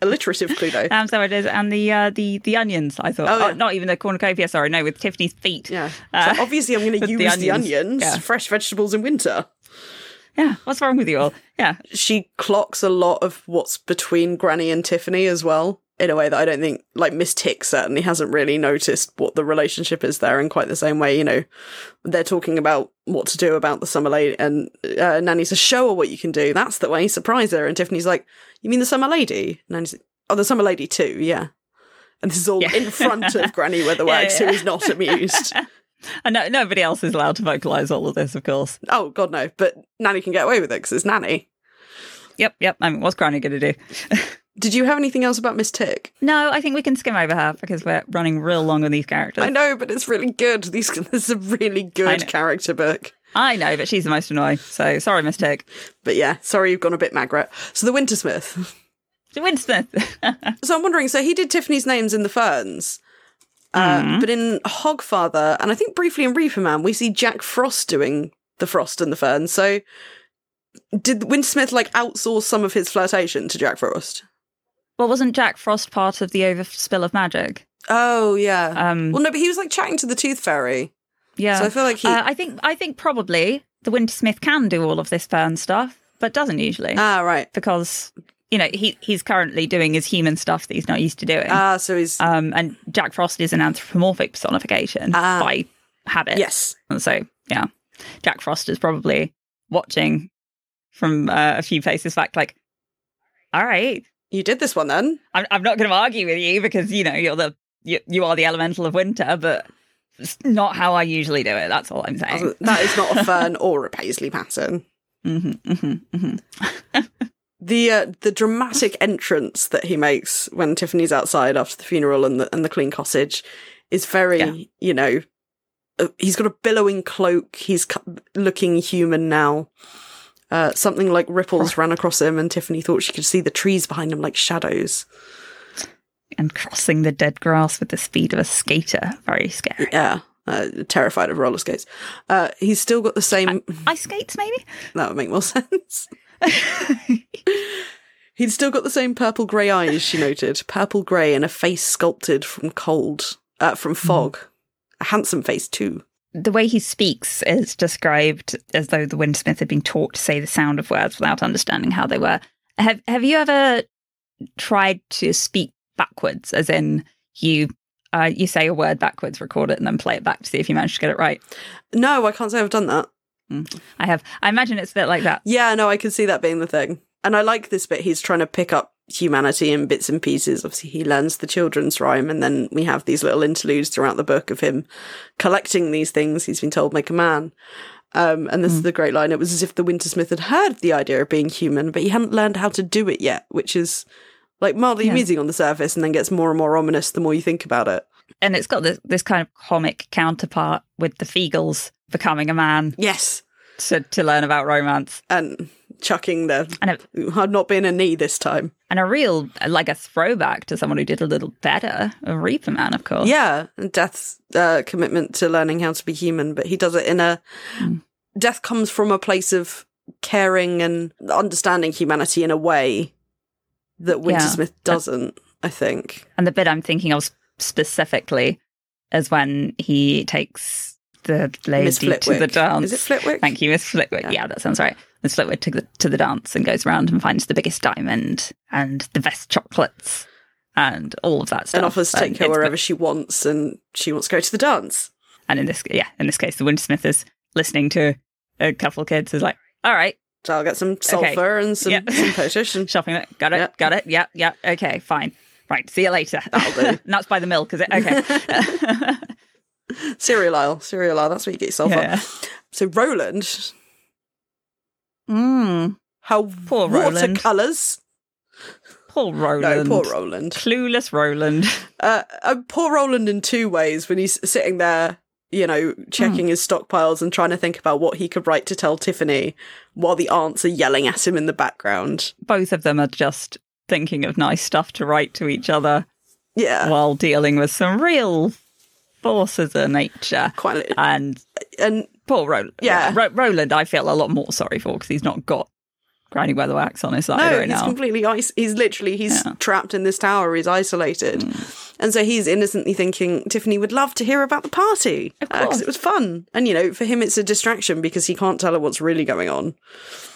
Alliterative Cluedo. ham sandwiches and the uh, the the onions. I thought, Oh, oh, yeah. not even the cornucopia. Sorry, no, with Tiffany's feet. Yeah. Uh, so obviously, I'm going to with use the the onions. onions, Yeah. fresh vegetables in winter. yeah. What's wrong with you all? Yeah, She clocks a lot of what's between Granny and Tiffany as well, in a way that I don't think, like, Miss Tick certainly hasn't really noticed what the relationship is there in quite the same way. You know, they're talking about what to do about the summer lady, and uh, Nanny says, Show her what you can do. That's the way. Surprise her. And Tiffany's like, You mean the summer lady? Nanny's like, Oh, the summer lady too, yeah. And this is all in front of Granny Weatherwax, yeah. who is not amused. and no, nobody else is allowed to vocalise all of this, of course. Oh God, no! But Nanny can get away with it because it's Nanny. Yep, yep. I mean, what's Granny going to do? Did you have anything else about Miss Tick? No, I think we can skim over her because we're running real long on these characters. I know, but it's really good. These this is a really know. good character book. I know, but she's the most annoying. So sorry, mistake. But yeah, sorry you've gone a bit Magret. So the Wintersmith. Winston. So I'm wondering. So he did Tiffany's names in the Ferns, uh, but in Hogfather, and I think briefly in Reaper Man, we see Jack Frost doing the Frost and the Ferns. So did Wintersmith like outsource some of his flirtation to Jack Frost? well, wasn't Jack Frost part of the overspill of magic? Oh yeah. Um, well, no, but he was like chatting to the Tooth Fairy. yeah. So I feel like he. uh, I think I think probably the Wintersmith can do all of this fern stuff, but doesn't usually ah right. because you know he he's currently doing his human stuff that he's not used to doing. Ah, so he's um, and Jack Frost is an anthropomorphic personification Ah. by habit. yes. And so, yeah, Jack Frost is probably watching from uh, a few places back, like, all right, You did this one then. I'm, I'm not going to argue with you because, you know, you're the, you, you are the elemental of winter, but it's not how I usually do it. That's all I'm I was saying. like, That is not a fern or a paisley pattern. Mhm, mhm, mhm. The uh, the dramatic entrance that he makes when Tiffany's outside after the funeral and the and the clean cottage is very Yeah. you know uh, he's got a billowing cloak he's cu- looking human now uh, something like ripples ran across him and Tiffany thought she could see the trees behind him like shadows And crossing the dead grass with the speed of a skater. Very scary. yeah uh, terrified of roller skates uh, he's still got the same Ice skates, maybe? That would make more sense. He'd still got the same purple grey eyes, she noted. Purple grey and a face sculpted from cold, uh, from fog. A handsome face, too. The way he speaks is described as though the Windsmith had been taught to say the sound of words without understanding how they were. Have Have you ever tried to speak backwards, as in you uh, you say a word backwards, record it, and then play it back to see if you manage to get it right? No, I can't say I've done that. I have. I imagine it's a bit like that. Yeah, no, I can see that being the thing. And I like this bit. He's trying to pick up humanity in bits and pieces. Obviously, he learns the children's rhyme, and then we have these little interludes throughout the book of him collecting these things he's been told make a man. Um, and Mm. this is the great line. It was as if the Wintersmith had heard the idea of being human, but he hadn't learned how to do it yet, which is like mildly Yeah. amusing on the surface and then gets more and more ominous the more you think about it. And it's got this this kind of comic counterpart with the Feagles becoming a man Yes. to to learn about romance, And chucking the, and a I'd not been a knee this time. and a real like a throwback to someone who did a little better, a Reaper Man, of course. Yeah, and Death's uh, commitment to learning how to be human, but he does it in a. Hmm. Death comes from a place of caring and understanding humanity in a way that Yeah. Wintersmith doesn't. I think. And the bit I'm thinking of specifically is when he takes the Miss lady to Flitwick. the dance. Is it Flitwick? Thank you, Miss Flitwick. Yeah. Yeah. that sounds right. Miss Flitwick to the, to the dance and goes around and finds the biggest diamond and the best chocolates and all of that stuff. And offers to take her it's- wherever she wants, and she wants to go to the dance. And in this, yeah, in this case, the Windsmith is listening to a couple of kids. Is like, all right, So I'll get some sulfur and some, Yep. some potash, and shopping. it. Got it. Yeah. Got it. Yeah. Yeah. Okay. Fine. Right. See you later. That'll do. and that's by the milk. Is it okay? cereal aisle, cereal aisle. That's where you get yourself yeah. up. So Roland, Mm. how Mm. Poor Roland. watercolors. Poor No, Roland. poor Roland. Clueless Roland. uh, uh, poor Roland in two ways when he's sitting there, you know, checking his stockpiles and trying to think about what he could write to tell Tiffany while the aunts are yelling at him in the background. Both of them are just thinking of nice stuff to write to each other Yeah. while dealing with some real forces of nature. Quite, li- And and poor Roland. Yeah. Ro- Roland, I feel a lot more sorry for because he's not got Granny Weatherwax on his side no, right he's now. completely is- he's literally he's trapped in this tower. He's isolated, Hmm. and so he's innocently thinking Tiffany would love to hear about the party Of because course. it was fun, and you know, for him it's a distraction because he can't tell her what's really going on.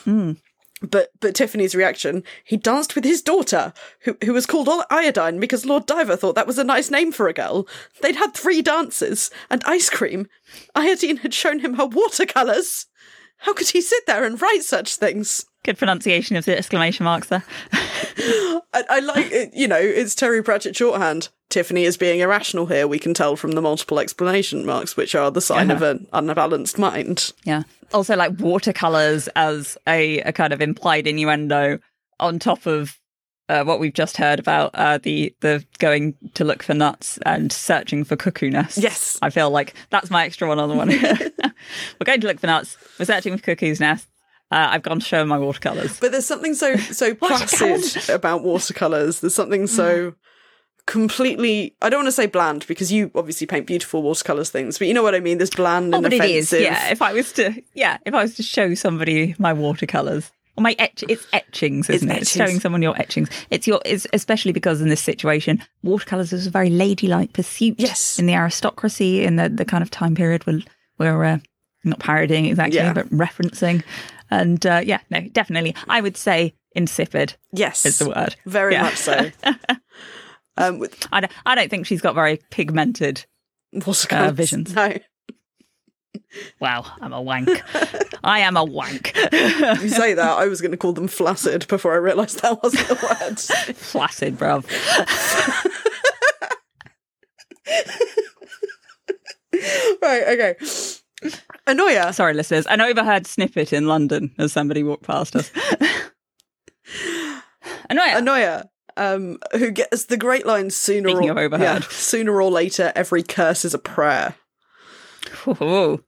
Hmm. But but Tiffany's reaction, he danced with his daughter, who who was called Iodine because Lord Diver thought that was a nice name for a girl. They'd had three dances and ice cream. Iodine had shown him her watercolours. How could he sit there and write such things? Good pronunciation of the exclamation marks there. I, I like it, you know, it's Terry Pratchett shorthand. Tiffany is being irrational here, we can tell from the multiple explanation marks, which are the sign of an unbalanced mind. Yeah. Also, like watercolors as a, a kind of implied innuendo on top of uh, what we've just heard about uh, the the going to look for nuts and searching for cuckoo nests. Yes. I feel like that's my extra one on the one. We're going to look for nuts. We're searching for cuckoo's nests. Uh, I've gone to show 'em my watercolors. But there's something so so placid about watercolors. There's something so Mm. completely I don't want to say bland because you obviously paint beautiful watercolors things, but you know what I mean. There's bland Oh, and but it is. offensive. Yeah. If I was to, yeah, if I was to show somebody my watercolors or my etch, it's etchings, isn't it? It's etchings. showing someone your etchings. It's your, it's especially because in this situation, watercolors is a very ladylike pursuit. Yes. In the aristocracy, in the the kind of time period where we're uh, not parodying exactly, Yeah. but referencing, and uh, yeah, no, definitely, I would say insipid Yes. is the word. Very Yeah. much so. um, with I don't, I don't think she's got very pigmented. watercolors. Uh, visions. No. Wow, I'm a wank. I am a wank. You say that, I was going to call them flaccid before I realised that wasn't the word. Flaccid, bruv. Right, okay. Anoya. Sorry, listeners. An overheard snippet in London as somebody walked past us. Annoying. Anoya, um, who gets the great line sooner Speaking or of overheard. sooner or later, every curse is a prayer. Ooh.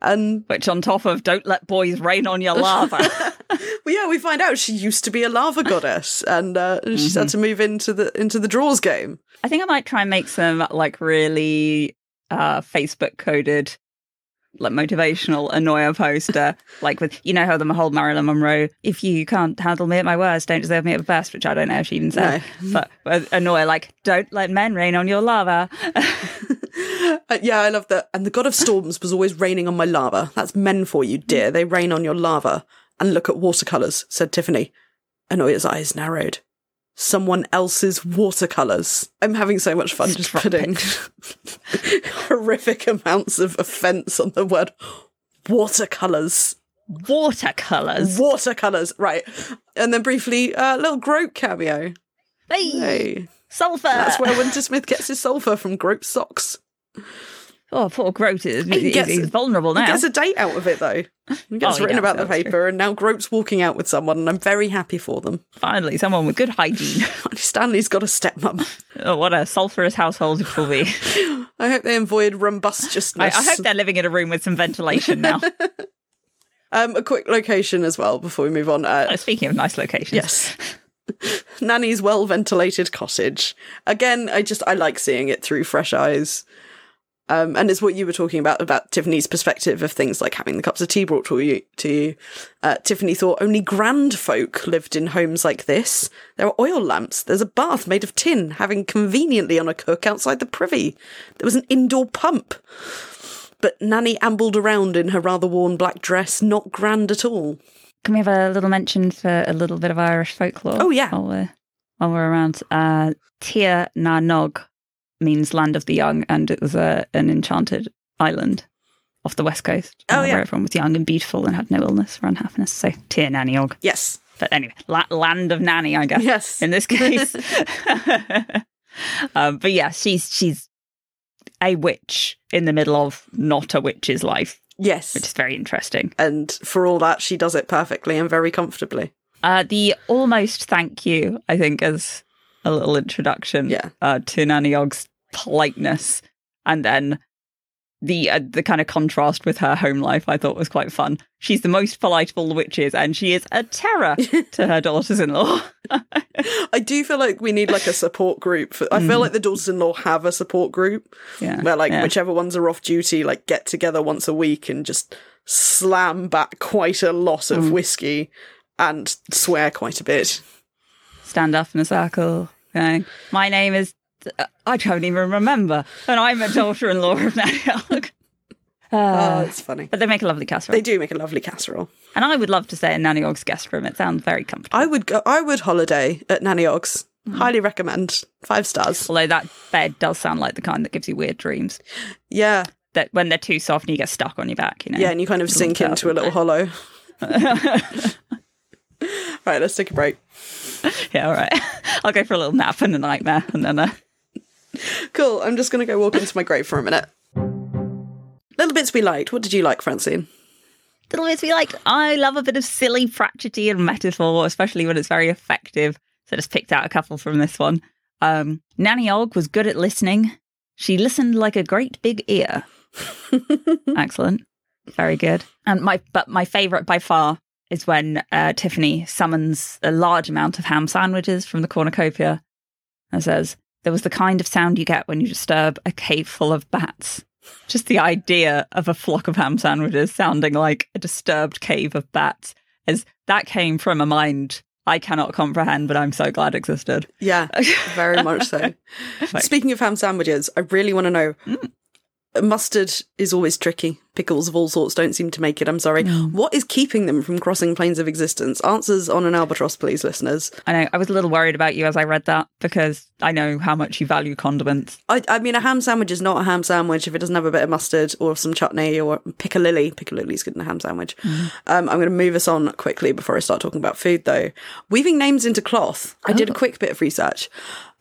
And Which, on top of don't let boys rain on your lava, well, yeah, we find out she used to be a lava goddess, and uh, she's Mm-hmm. had to move into the into the draws game. I think I might try and make some like really uh, Facebook coded, like motivational Annoyer poster, like with you know how the whole Marilyn Monroe, if you can't handle me at my worst, don't deserve me at the best, which I don't know if she even said, but but Annoyer like don't let men rain on your lava. Uh, yeah, I love that. And the god of storms was always raining on my lava. That's men for you, dear. They rain on your lava. And look at watercolors," said Tiffany. Anoya's eyes narrowed. Someone else's watercolors. I'm having so much fun just putting horrific amounts of offense on the word watercolors. Watercolors. Watercolors, right? And then briefly, uh, little grope cameo. Hey, Hey, sulfur. that's where Winter Smith gets his sulfur from grope socks. Oh, poor Grote is He he's, gets- he's vulnerable now. He gets a date out of it though. He gets Oh, he written does, about the that's paper, and now Grope's walking out with someone, and I'm very happy for them. Finally, someone with good hygiene. Stanley's got a stepmum. oh, what a sulfurous household it will be. I hope they avoid I, I rumbustiousness. hope they're living in a room with some ventilation now. um, a quick location as well before we move on. Uh, Speaking of nice locations, yes. Nanny's well ventilated cottage. Again, I just I like seeing it through fresh eyes. Um, and it's what you were talking about about Tiffany's perspective of things like having the cups of tea brought to you. To you, uh, Tiffany thought only grand folk lived in homes like this. There are oil lamps. There's a bath made of tin, having conveniently on a cook outside the privy. There was an indoor pump. But Nanny ambled around in her rather worn black dress, not grand at all. can we have a little mention for a little bit of Irish folklore? Oh, yeah. while we're, while we're around, uh, Tir na Nog means land of the young, and it was a, an enchanted island off the west coast. Oh, uh, yeah. where everyone was young and beautiful and had no illness or unhappiness. So Tir na Nog. Yes, But anyway, la- land of nanny, I guess. Yes. In this case. um, but yeah, she's she's a witch in the middle of not a witch's life, yes. which is very interesting. and for all that, she does it perfectly and very comfortably. Uh, the almost thank you, I think, as a little introduction Yeah. uh, to Nanny Ogg's politeness, and then the uh, the kind of contrast with her home life, I thought was quite fun. She's the most polite of all the witches, and she is a terror to her daughters-in-law. I do feel like we need like a support group. For, I feel like the daughters-in-law have a support group Mm. yeah, where like yeah. whichever ones are off duty like get together once a week and just slam back quite a lot Mm. of whiskey and swear quite a bit. stand up in a circle. Going, My name is. I don't even remember, and I'm a daughter-in-law of Nanny Ogg. Oh, Uh, it's funny. but they make a lovely casserole. They do make a lovely casserole. And I would love to stay in Nanny Ogg's guest room. It sounds very comfortable. I would go. I would holiday at Nanny Ogg's. Mm. Highly recommend. Five stars. Although that bed does sound like the kind that gives you weird dreams. Yeah, That when they're too soft and you get stuck on your back, you know. yeah, and you kind of sink into a little hollow. right, let's take a break. Yeah, all right. I'll go for a little nap and a nightmare, and then uh, Cool. I'm just gonna go walk into my grave for a minute. Little bits we liked. What did you like, Francine? it'll always be like, I love a bit of silly pratchety and metaphor, especially when it's very effective. So just picked out a couple from this one. Um, Nanny Ogg was good at listening. She listened like a great big ear. Excellent. Very good. And my but my favorite by far is when uh, Tiffany summons a large amount of ham sandwiches from the cornucopia and says, "There was the kind of sound you get when you disturb a cave full of bats." Just the idea of a flock of ham sandwiches sounding like a disturbed cave of bats is that came from a mind I cannot comprehend, but I'm so glad existed. Yeah, very much so. Speaking of ham sandwiches, I really want to know. Mustard is always tricky. Pickles of all sorts don't seem to make it. I'm sorry. What is keeping them from crossing planes of existence? Answers on an albatross, please, listeners. I know I was a little worried about you as I read that because I know how much you value condiments. I, I mean, a ham sandwich is not a ham sandwich if it doesn't have a bit of mustard or some chutney or piccalilli. Piccalilli's good in a ham sandwich. Um, I'm going to move us on quickly before I start talking about food, though. Weaving names into cloth. I did a quick bit of research.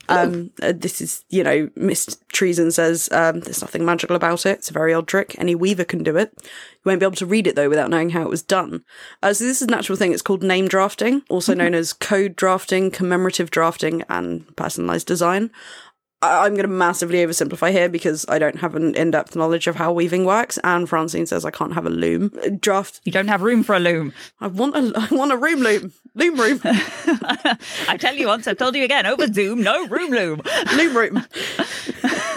Um, uh, this is, you know, Miss Treason says um, there's nothing magical about it. It's a very odd trick. Any weaver can do it. You won't be able to read it though without knowing how it was done. Uh, so this is a natural thing. It's called name drafting, also known as code drafting, commemorative drafting, and personalized design. I- I'm going to massively oversimplify here because I don't have an in-depth knowledge of how weaving works, and Francine says I can't have a loom draft. You don't have room for a loom. I want a, I want a room loom, loom room, I tell you once, I've told you again, over Zoom, no room loom. loom room.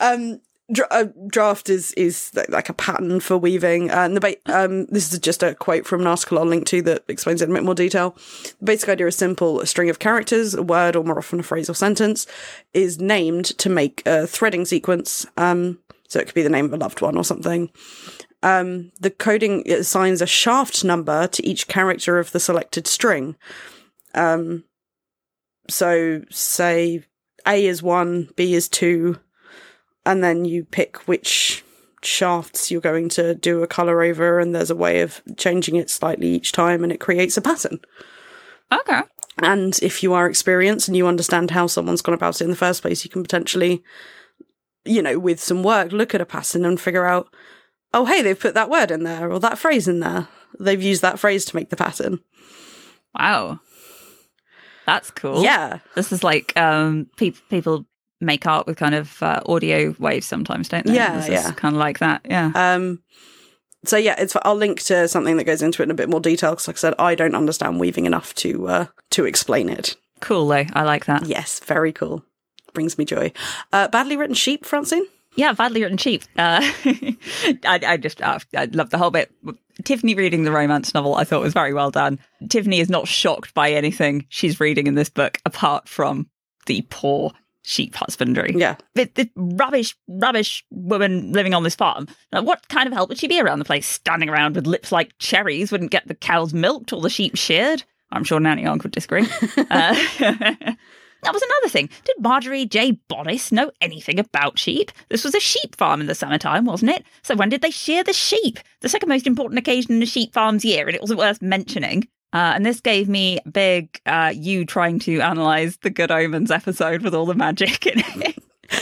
um, dra- uh, draft is is th- like a pattern for weaving, and the ba- um, this is just a quote from an article I'll link to that explains it in a bit more detail. The basic idea is simple: a string of characters, a word, or more often a phrase or sentence, is named to make a threading sequence. Um, so it could be the name of a loved one or something. Um, the coding assigns a shaft number to each character of the selected string. Um, so say A is one, B is two, and then you pick which shafts you're going to do a color over, and there's a way of changing it slightly each time, and it creates a pattern. Okay. And if you are experienced and you understand how someone's gone about it in the first place, you can potentially, you know, with some work, look at a pattern and figure out, oh, hey, they've put that word in there or that phrase in there. They've used that phrase to make the pattern. Wow. That's cool. Yeah. This is like um, pe- people make art with kind of uh, audio waves sometimes, don't they? Yeah, This is yeah. kind of like that. Yeah. Um, so yeah, it's. I'll link to something that goes into it in a bit more detail because, like I said, I don't understand weaving enough to uh, to explain it. cool, though. I like that. Yes, very cool. Brings me joy. Uh, badly written sheep, Francine. Yeah, badly written cheap. Uh, I, I just uh, I love the whole bit. Tiffany reading the romance novel, I thought was very well done. Tiffany is not shocked by anything she's reading in this book, apart from the poor sheep husbandry. Yeah, This, this rubbish, rubbish woman living on this farm. Now, what kind of help would she be around the place? Standing around with lips like cherries wouldn't get the cows milked or the sheep sheared. I'm sure Nanny Ogg would disagree. Uh, that was another thing. Did Marjorie J. Bodice know anything about sheep? This was a sheep farm in the summertime, wasn't it? So when did they shear the sheep? The second most important occasion in a sheep farm's year, and it wasn't worth mentioning. Uh, and this gave me big uh, you trying to analyze the Good Omens episode with all the magic in it.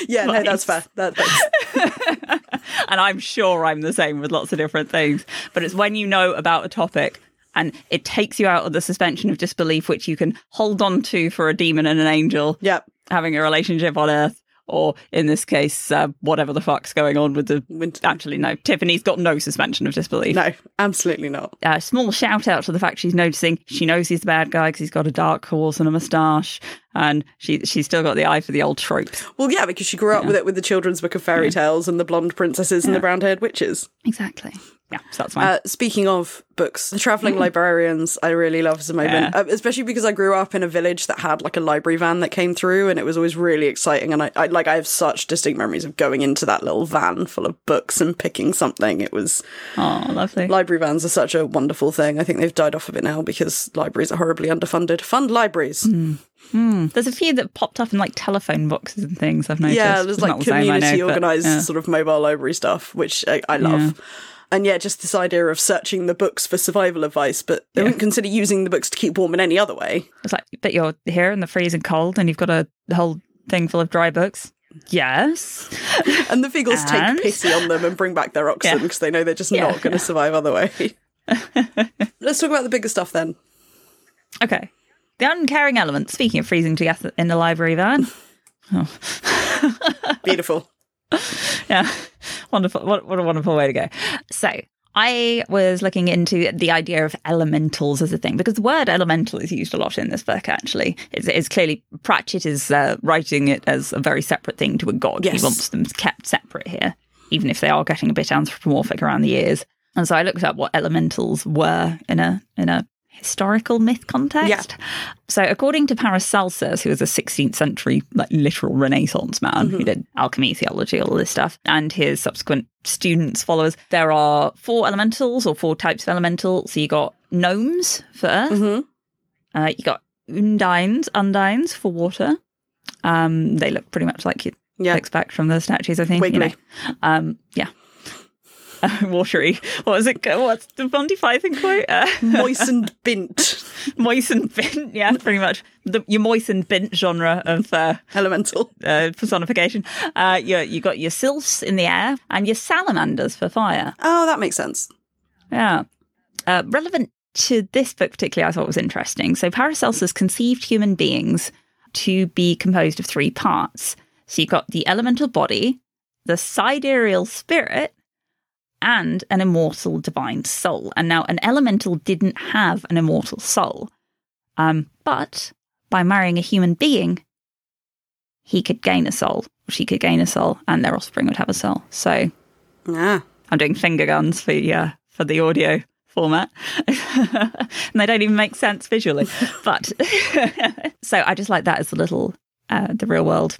yeah. No, that's fair. Nice. That, that's, and I'm sure I'm the same with lots of different things. But it's when you know about a topic and it takes you out of the suspension of disbelief, which you can hold on to for a demon and an angel Yep. having a relationship on Earth, or in this case, uh, whatever the fuck's going on with the. Win- Actually, no. Tiffany's got no suspension of disbelief. No, absolutely not. A small shout out to the fact she's noticing she knows he's the bad guy because he's got a dark horse and a moustache, and she she's still got the eye for the old tropes. Well, yeah, because she grew up with it with the children's book of fairy tales and the blonde princesses and the brown haired witches. Exactly. Yeah, so that's fine. Uh, speaking of books, The Traveling Librarians, I really love as a moment, Yeah. Uh, especially because I grew up in a village that had like a library van that came through and it was always really exciting. And I, I like, I have such distinct memories of going into that little van full of books and picking something. It was oh, lovely. library vans are such a wonderful thing. I think they've died off a bit now because libraries are horribly underfunded. Fund libraries. Hmm. There's a few that popped up in like telephone boxes and things. I've noticed. Yeah, there's It's like not the same, I know, community but, organized yeah. sort of mobile library stuff, which I, I love. Yeah. And yeah, just this idea of searching the books for survival advice, but they wouldn't consider using the books to keep warm in any other way. It's like, but you're here in the freezing cold, and you've got a whole thing full of dry books. Yes. And the Feagles And? take pity on them and bring back their oxen Yeah. because they know they're just Yeah, not going to survive other way. Let's talk about the bigger stuff then. Okay. The uncaring element. Speaking of freezing to death in the library van. Beautiful. yeah. Wonderful. What, what a wonderful way to go. So I was looking into the idea of elementals as a thing because the word elemental is used a lot in this book, actually. It's, it's clearly Pratchett is uh, writing it as a very separate thing to a god. Yes. He wants them kept separate here, even if they are getting a bit anthropomorphic around the ears. And so I looked up what elementals were in a in a historical myth context. So according to Paracelsus, who was a 16th century like literal Renaissance man who did alchemy, theology, all this stuff, and his subsequent students, followers, there are four elementals or four types of elemental. So you got gnomes for earth, Mhm. uh, you got undines, undines for water. Um, they look pretty much like you Yeah. expect from the statues, I think. You know. Wiggly. Um, yeah. watery. What was it? What's the Bondi Python quote? Uh, Moistened bint moistened bint. Yeah, pretty much. The, your moistened bint genre of uh, elemental. uh, personification. Uh, you, you got your sylphs in the air and your salamanders for fire. Oh, that makes sense. Yeah. Uh, relevant to this book particularly, I thought was interesting. So Paracelsus conceived human beings to be composed of three parts. So you've got the elemental body, the sidereal spirit, and an immortal divine soul. And now an elemental didn't have an immortal soul. Um, but by marrying a human being, he could gain a soul, she could gain a soul, and their offspring would have a soul. So Yeah. I'm doing finger guns for uh, for the audio format, and they don't even make sense visually. But so I just like that as the little uh, the real world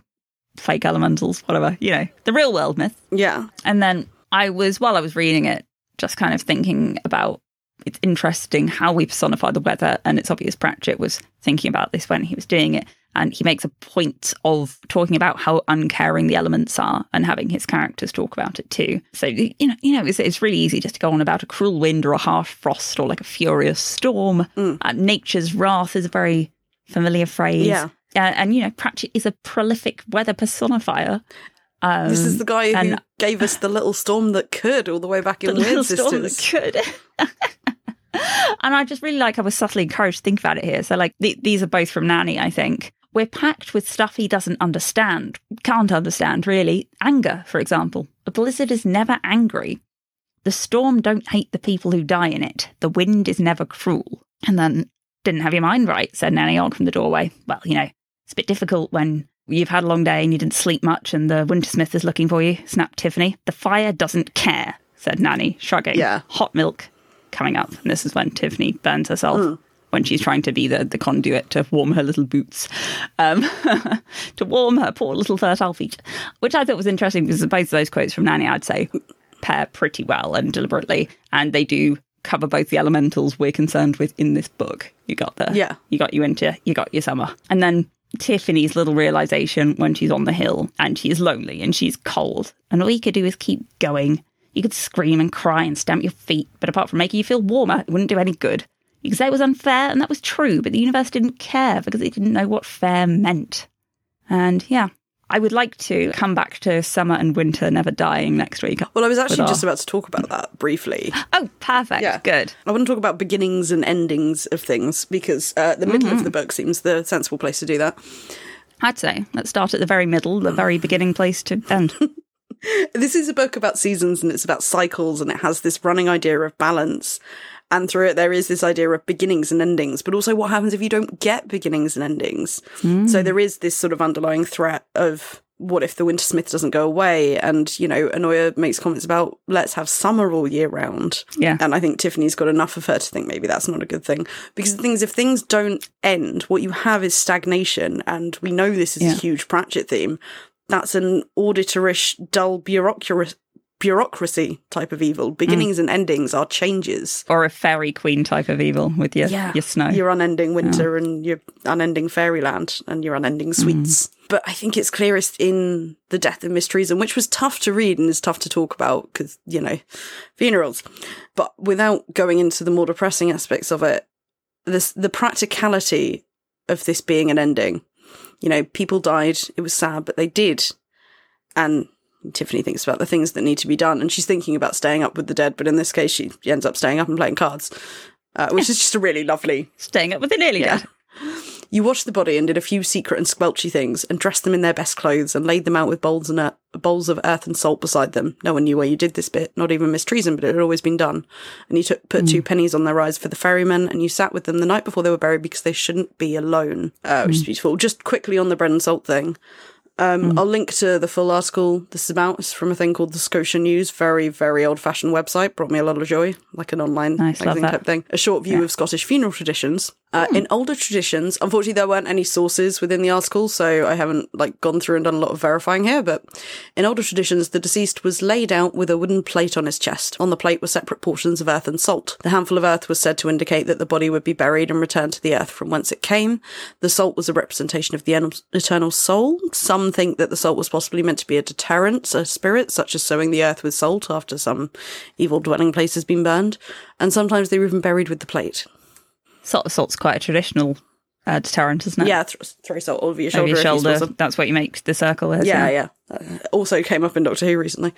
fake elementals, whatever you know, the real world myth. Yeah. And then I was while I was reading it, just kind of thinking about it's interesting how we personify the weather, and it's obvious Pratchett was thinking about this when he was doing it. And he makes a point of talking about how uncaring the elements are, and having his characters talk about it too. So you know, you know, it's, it's really easy just to go on about a cruel wind or a harsh frost or like a furious storm. Mm. Uh, nature's wrath is a very familiar phrase. Yeah. Uh, and you know, Pratchett is a prolific weather personifier. Um, This is the guy who and- gave us the little storm that could all the way back in the little Weird storm that Sisters. could. and I just really like I was subtly encouraged to think about it here. So like th- these are both from Nanny, I think. We're packed with stuff he doesn't understand, can't understand really. Anger, for example. A blizzard is never angry. The storm don't hate the people who die in it. The wind is never cruel. And then didn't have your mind right, said Nanny on from the doorway. Well, you know, it's a bit difficult when you've had a long day and you didn't sleep much and the Wintersmith is looking for you, snapped Tiffany. The fire doesn't care, said Nanny, shrugging. Yeah. Hot milk coming up. And this is when Tiffany burns herself when she's trying to be the, the conduit to warm her little boots, um, to warm her poor little fertile feet, which I thought was interesting because both of those quotes from Nanny, I'd say, pair pretty well and deliberately. And they do cover both the elementals we're concerned with in this book. You got the Yeah. you got you into you got your summer and then tiffany's little realization when she's on the hill and she's lonely and she's cold and all you could do is keep going you could scream and cry and stamp your feet but apart from making you feel warmer it wouldn't do any good you could say it was unfair and that was true but the universe didn't care because it didn't know what fair meant and yeah I would like to come back to summer and winter never dying next week. Well, I was actually With just our- about to talk about that briefly. Oh, perfect. Yeah. Good. I want to talk about beginnings and endings of things because uh, the middle of the book seems the sensible place to do that. I'd say let's start at the very middle, the very beginning place to end. This is a book about seasons and it's about cycles and it has this running idea of balance. And through it, there is this idea of beginnings and endings, but also what happens if you don't get beginnings and endings. Hmm. So there is this sort of underlying threat of what if the Winter Smith doesn't go away? And, you know, Anoya makes comments about let's have summer all year round. Yeah. And I think Tiffany's got enough of her to think maybe that's not a good thing. Because the thing is, if things don't end, what you have is stagnation. And we know this is Yeah. a huge Pratchett theme. That's an auditorish, dull bureaucracy, bureaucracy type of evil. Beginnings and endings are changes. or a fairy queen type of evil with your your snow. Your unending winter and your unending fairyland and your unending sweets. But I think it's clearest in The Death of Miss Treason, which was tough to read and is tough to talk about because, you know, funerals. But without going into the more depressing aspects of it, this, the practicality of this being an ending, you know, people died, it was sad, but they did. And Tiffany thinks about the things that need to be done, and she's thinking about staying up with the dead, but in this case, she ends up staying up and playing cards, uh, which is just a really lovely Staying up with the nearly dead. you washed the body and did a few secret and squelchy things, and dressed them in their best clothes, and laid them out with bowls and ear- bowls of earth and salt beside them. No one knew where you did this bit, not even Miss Treason, but it had always been done. And you took put two pennies on their eyes for the ferrymen, and you sat with them the night before they were buried because they shouldn't be alone, uh, which is beautiful. Just quickly on the bread and salt thing. Mm. Um, I'll link to the full article this is about. It's from a thing called the Scotia News. Very, very old fashioned website. Brought me a lot of joy, like an online Nice, love magazine that. Hmm. type thing. A short view of Scottish funeral traditions. Uh, In older traditions, unfortunately, there weren't any sources within the article, so I haven't like gone through and done a lot of verifying here. But in older traditions, the deceased was laid out with a wooden plate on his chest. On the plate were separate portions of earth and salt. The handful of earth was said to indicate that the body would be buried and returned to the earth from whence it came. The salt was a representation of the en- eternal soul. Some think that the salt was possibly meant to be a deterrent, a spirit, such as sowing the earth with salt after some evil dwelling place has been burned. And sometimes they were even buried with the plate. Salt salt's quite a traditional uh, deterrent, isn't it? Yeah, th- throw salt over your shoulder. Over if your you shoulder. spill some- That's what you make the circle with. Yeah, yeah. Uh, also came up in Doctor Who recently,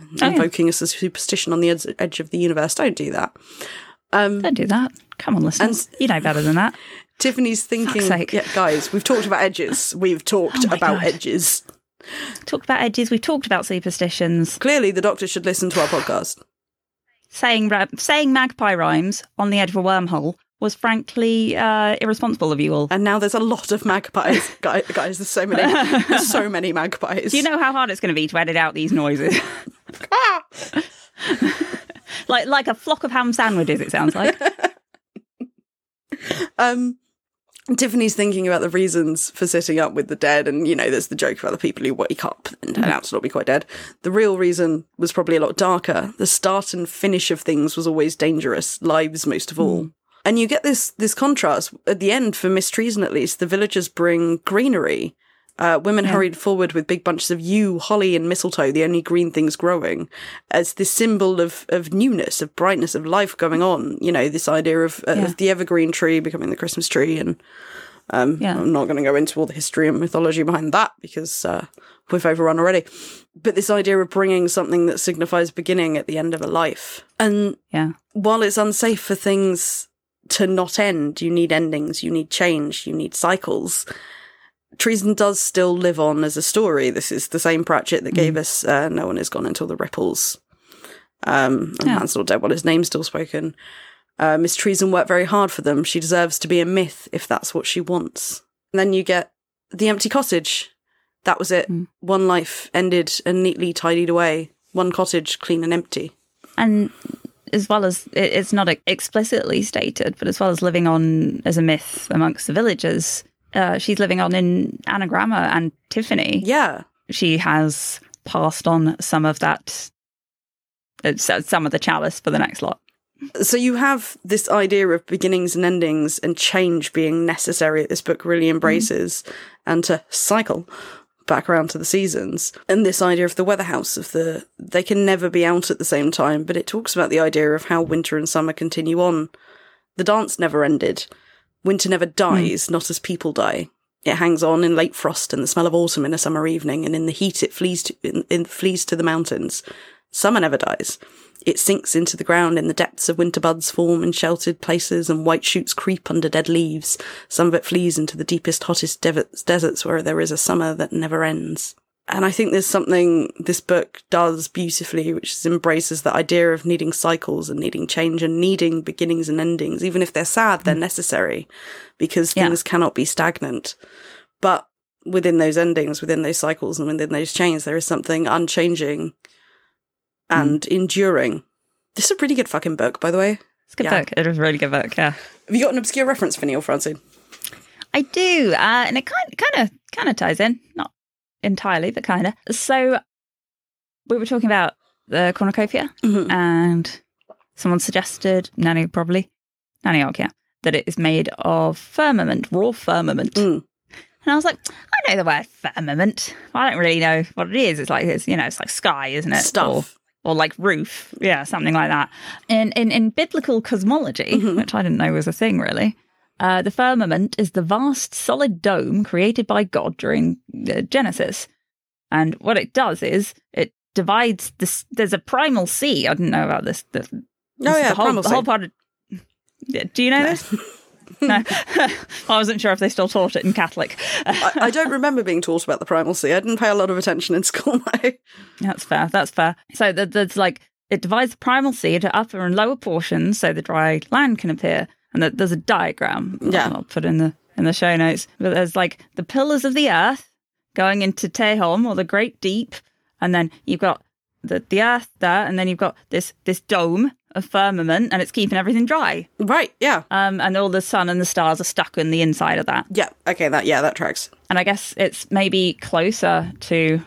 Oh, yeah. invoking us as a superstition on the ed- edge of the universe. Don't do that. Don't do that. Come on, listeners. you know better than that. Tiffany's thinking, sake. Oh yeah, guys, we've talked about edges. We've talked my about God. edges. Talked about edges. We've talked about superstitions. Clearly, the doctor should listen to our podcast. Saying ra- saying magpie rhymes on the edge of a wormhole was frankly uh, irresponsible of you all. And now there's a lot of magpies, guys. guys there's so many, there's so many magpies. Do you know how hard it's going to be to edit out these noises? like like a flock of ham sandwiches. It sounds like. um, Tiffany's thinking about the reasons for sitting up with the dead, and you know, there's the joke about the people who wake up and Mm-hmm. turn out to not be quite dead. The real reason was probably a lot darker. The start and finish of things was always dangerous, lives most Mm. of all. And you get this this contrast at the end for Miss Treason, at least. The villagers bring greenery. Uh, women hurried forward with big bunches of yew, holly, and mistletoe, the only green things growing, as this symbol of, of newness, of brightness, of life going on. You know, this idea of, uh, Yeah. of the evergreen tree becoming the Christmas tree. And Yeah. I'm not going to go into all the history and mythology behind that because uh, we've overrun already. But this idea of bringing something that signifies beginning at the end of a life. And Yeah. while it's unsafe for things to not end, you need endings, you need change, you need cycles. Treason does still live on as a story. This is the same Pratchett that Mm. gave us uh, No One Is Gone Until the Ripples. Um, and Yeah. Man's Not Dead While His Name's Still Spoken. Uh, Miss Treason worked very hard for them. She deserves to be a myth if that's what she wants. And then you get The Empty Cottage. That was it. One life ended and neatly tidied away. One cottage clean and empty. and as well as it- it's not explicitly stated, but as well as living on as a myth amongst the villagers, uh, she's living on in Anagramma and Tiffany. Yeah. She has passed on some of that, uh, so- some of the chalice for the next lot. so you have this idea of beginnings and endings and change being necessary that this book really embraces and to cycle back around to the seasons and this idea of the weather house of the they can never be out at the same time but it talks about the idea of how winter and summer continue on the dance never ended winter never dies not as people die It hangs on in late frost and the smell of autumn in a summer evening, and in the heat it flees to, in, in, flees to the mountains. Summer never dies. It sinks into the ground in the depths of winter buds form in sheltered places, and white shoots creep under dead leaves. Some of it flees into the deepest, hottest dev- deserts where there is a summer that never ends. And I think there's something this book does beautifully, which is embraces the idea of needing cycles and needing change and needing beginnings and endings. Even if they're sad, they're necessary because Yeah. things cannot be stagnant. But within those endings, within those cycles, and within those changes, there is something unchanging Mm. and enduring. This is a pretty good fucking book, by the way. It's a good Yeah. book. It was a really good book. Yeah. Have you got an obscure reference for Neil Francine? I do, uh, and it kind kind of kind of ties in, not entirely, but kind of. So we were talking about the cornucopia, Mhm. and someone suggested nanny probably nanny arc, yeah, that it is made of firmament, raw firmament. Mm. And I was like, I know the word firmament. I don't really know what it is. It's like it's you know, it's like sky, isn't it? Or- Stuff. or like roof, yeah, something like that. In in, in biblical cosmology, Mm-hmm. which I didn't know was a thing really, uh, the firmament is the vast solid dome created by God during uh, Genesis, and what it does is it divides this. There's a primal sea. I didn't know about this. The, No, Oh, this- yeah, the whole, primal the whole sea. part. Of, Yeah, do you know this? no, I wasn't sure if they still taught it in Catholic. I, I don't remember being taught about the primal sea. I didn't pay a lot of attention in school, though. That's fair. That's fair. So th- there's like it divides the primal sea into upper and lower portions, so the dry land can appear. And that there's a diagram. that Yeah. I'll put in the in the show notes. But there's like the pillars of the earth going into Tehom or the Great Deep, and then you've got the the earth there, and then you've got this this dome of firmament, and it's keeping everything dry. Right, yeah. Um, and all the sun and the stars are stuck in the inside of that. Yeah, okay, that yeah, that tracks. And I guess it's maybe closer to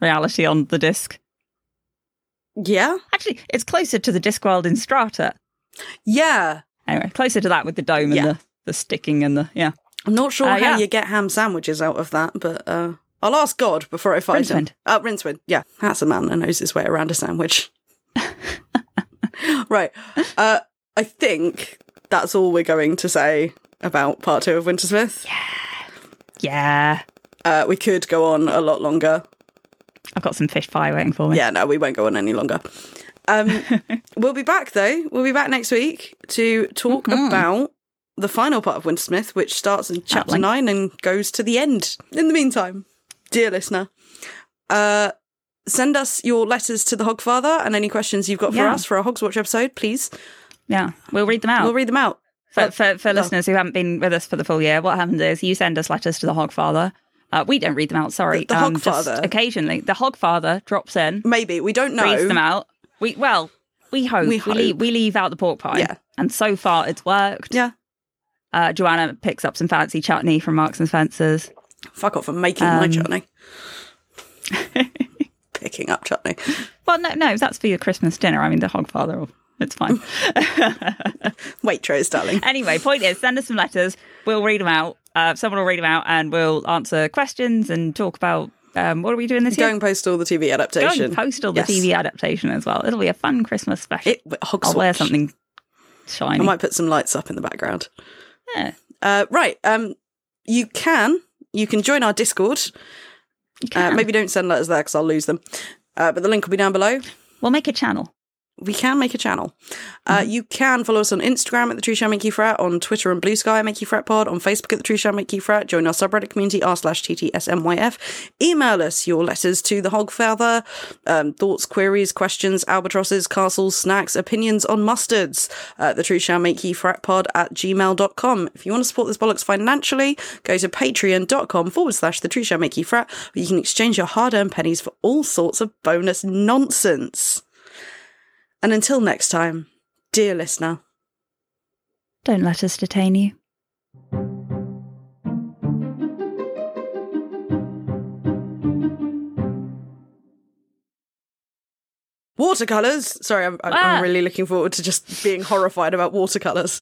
reality on the disc Yeah? Actually, it's closer to the Discworld in Strata. Yeah. Anyway, closer to that with the dome Yeah. and the, the sticking and the yeah. I'm not sure Uh, how yeah. you get ham sandwiches out of that, but uh I'll ask God before I find him. Rincewind. Uh, Rincewind, yeah. That's a man that knows his way around a sandwich. right. Uh I think that's all we're going to say about part two of Wintersmith. Yeah. Uh, we could go on a lot longer. I've got some fish pie waiting for me. Yeah, no, we won't go on any longer. Um, we'll be back though. We'll be back next week to talk about the final part of Wintersmith, which starts in chapter length. nine and goes to the end. In the meantime, dear listener, uh, send us your letters to the Hogfather and any questions you've got for Yeah. Oh. us for our Hogswatch episode, please. Yeah. We'll read them out. We'll read them out. for for, for listeners who haven't been with us for the full year, what happens is you send us letters to the Hogfather. Uh, we don't read them out, sorry. Um, The- the just Hogfather. Occasionally. The Hogfather drops in, Maybe we don't know. reads them out. We well, we hope. We leave, hope. we leave out the pork pie. Yeah. And so far it's worked. Yeah, Uh, Joanna picks up some fancy chutney from Marks and Spencer's. fuck off. I'm making Um. my chutney. Picking up chutney. Well, no, no, that's for your Christmas dinner. I mean, the Hogfather, will- it's fine. Waitrose, darling. anyway, point is, send us some letters. We'll read them out. Uh, someone will read them out, and we'll answer questions and talk about um, what are we doing this year? Going postal, the TV adaptation. Going postal, the Yes. TV adaptation as well. It'll be a fun Christmas special. It, Hogswatch. I'll wear something shiny. I might put some lights up in the background. Yeah, Uh, right. Um, you can you can join our Discord. you can. Uh, maybe don't send letters there because I'll lose them. Uh, but the link will be down below. We'll make a channel. We can make a channel. Uh, You can follow us on Instagram at the Tree Shall Make You Frat, on Twitter and Blue Sky Make You Frat Pod, on Facebook at the Tree Shall Make You Frat. Join our subreddit community r slash ttsmyf. Email us your letters to the Hogfather, um, thoughts, queries, questions, albatrosses, castles, snacks, opinions on mustards. Uh, the Tree Shall Make You Frat Pod at gmail.com. If you want to support this bollocks financially, go to patreon.com forward slash the Tree Shall Make You Frat, where you can exchange your hard earned pennies for all sorts of bonus nonsense. And until next time, dear listener, Don't let us detain you. watercolors. Sorry, I'm, I'm, Ah. I'm really looking forward to just being horrified about watercolors.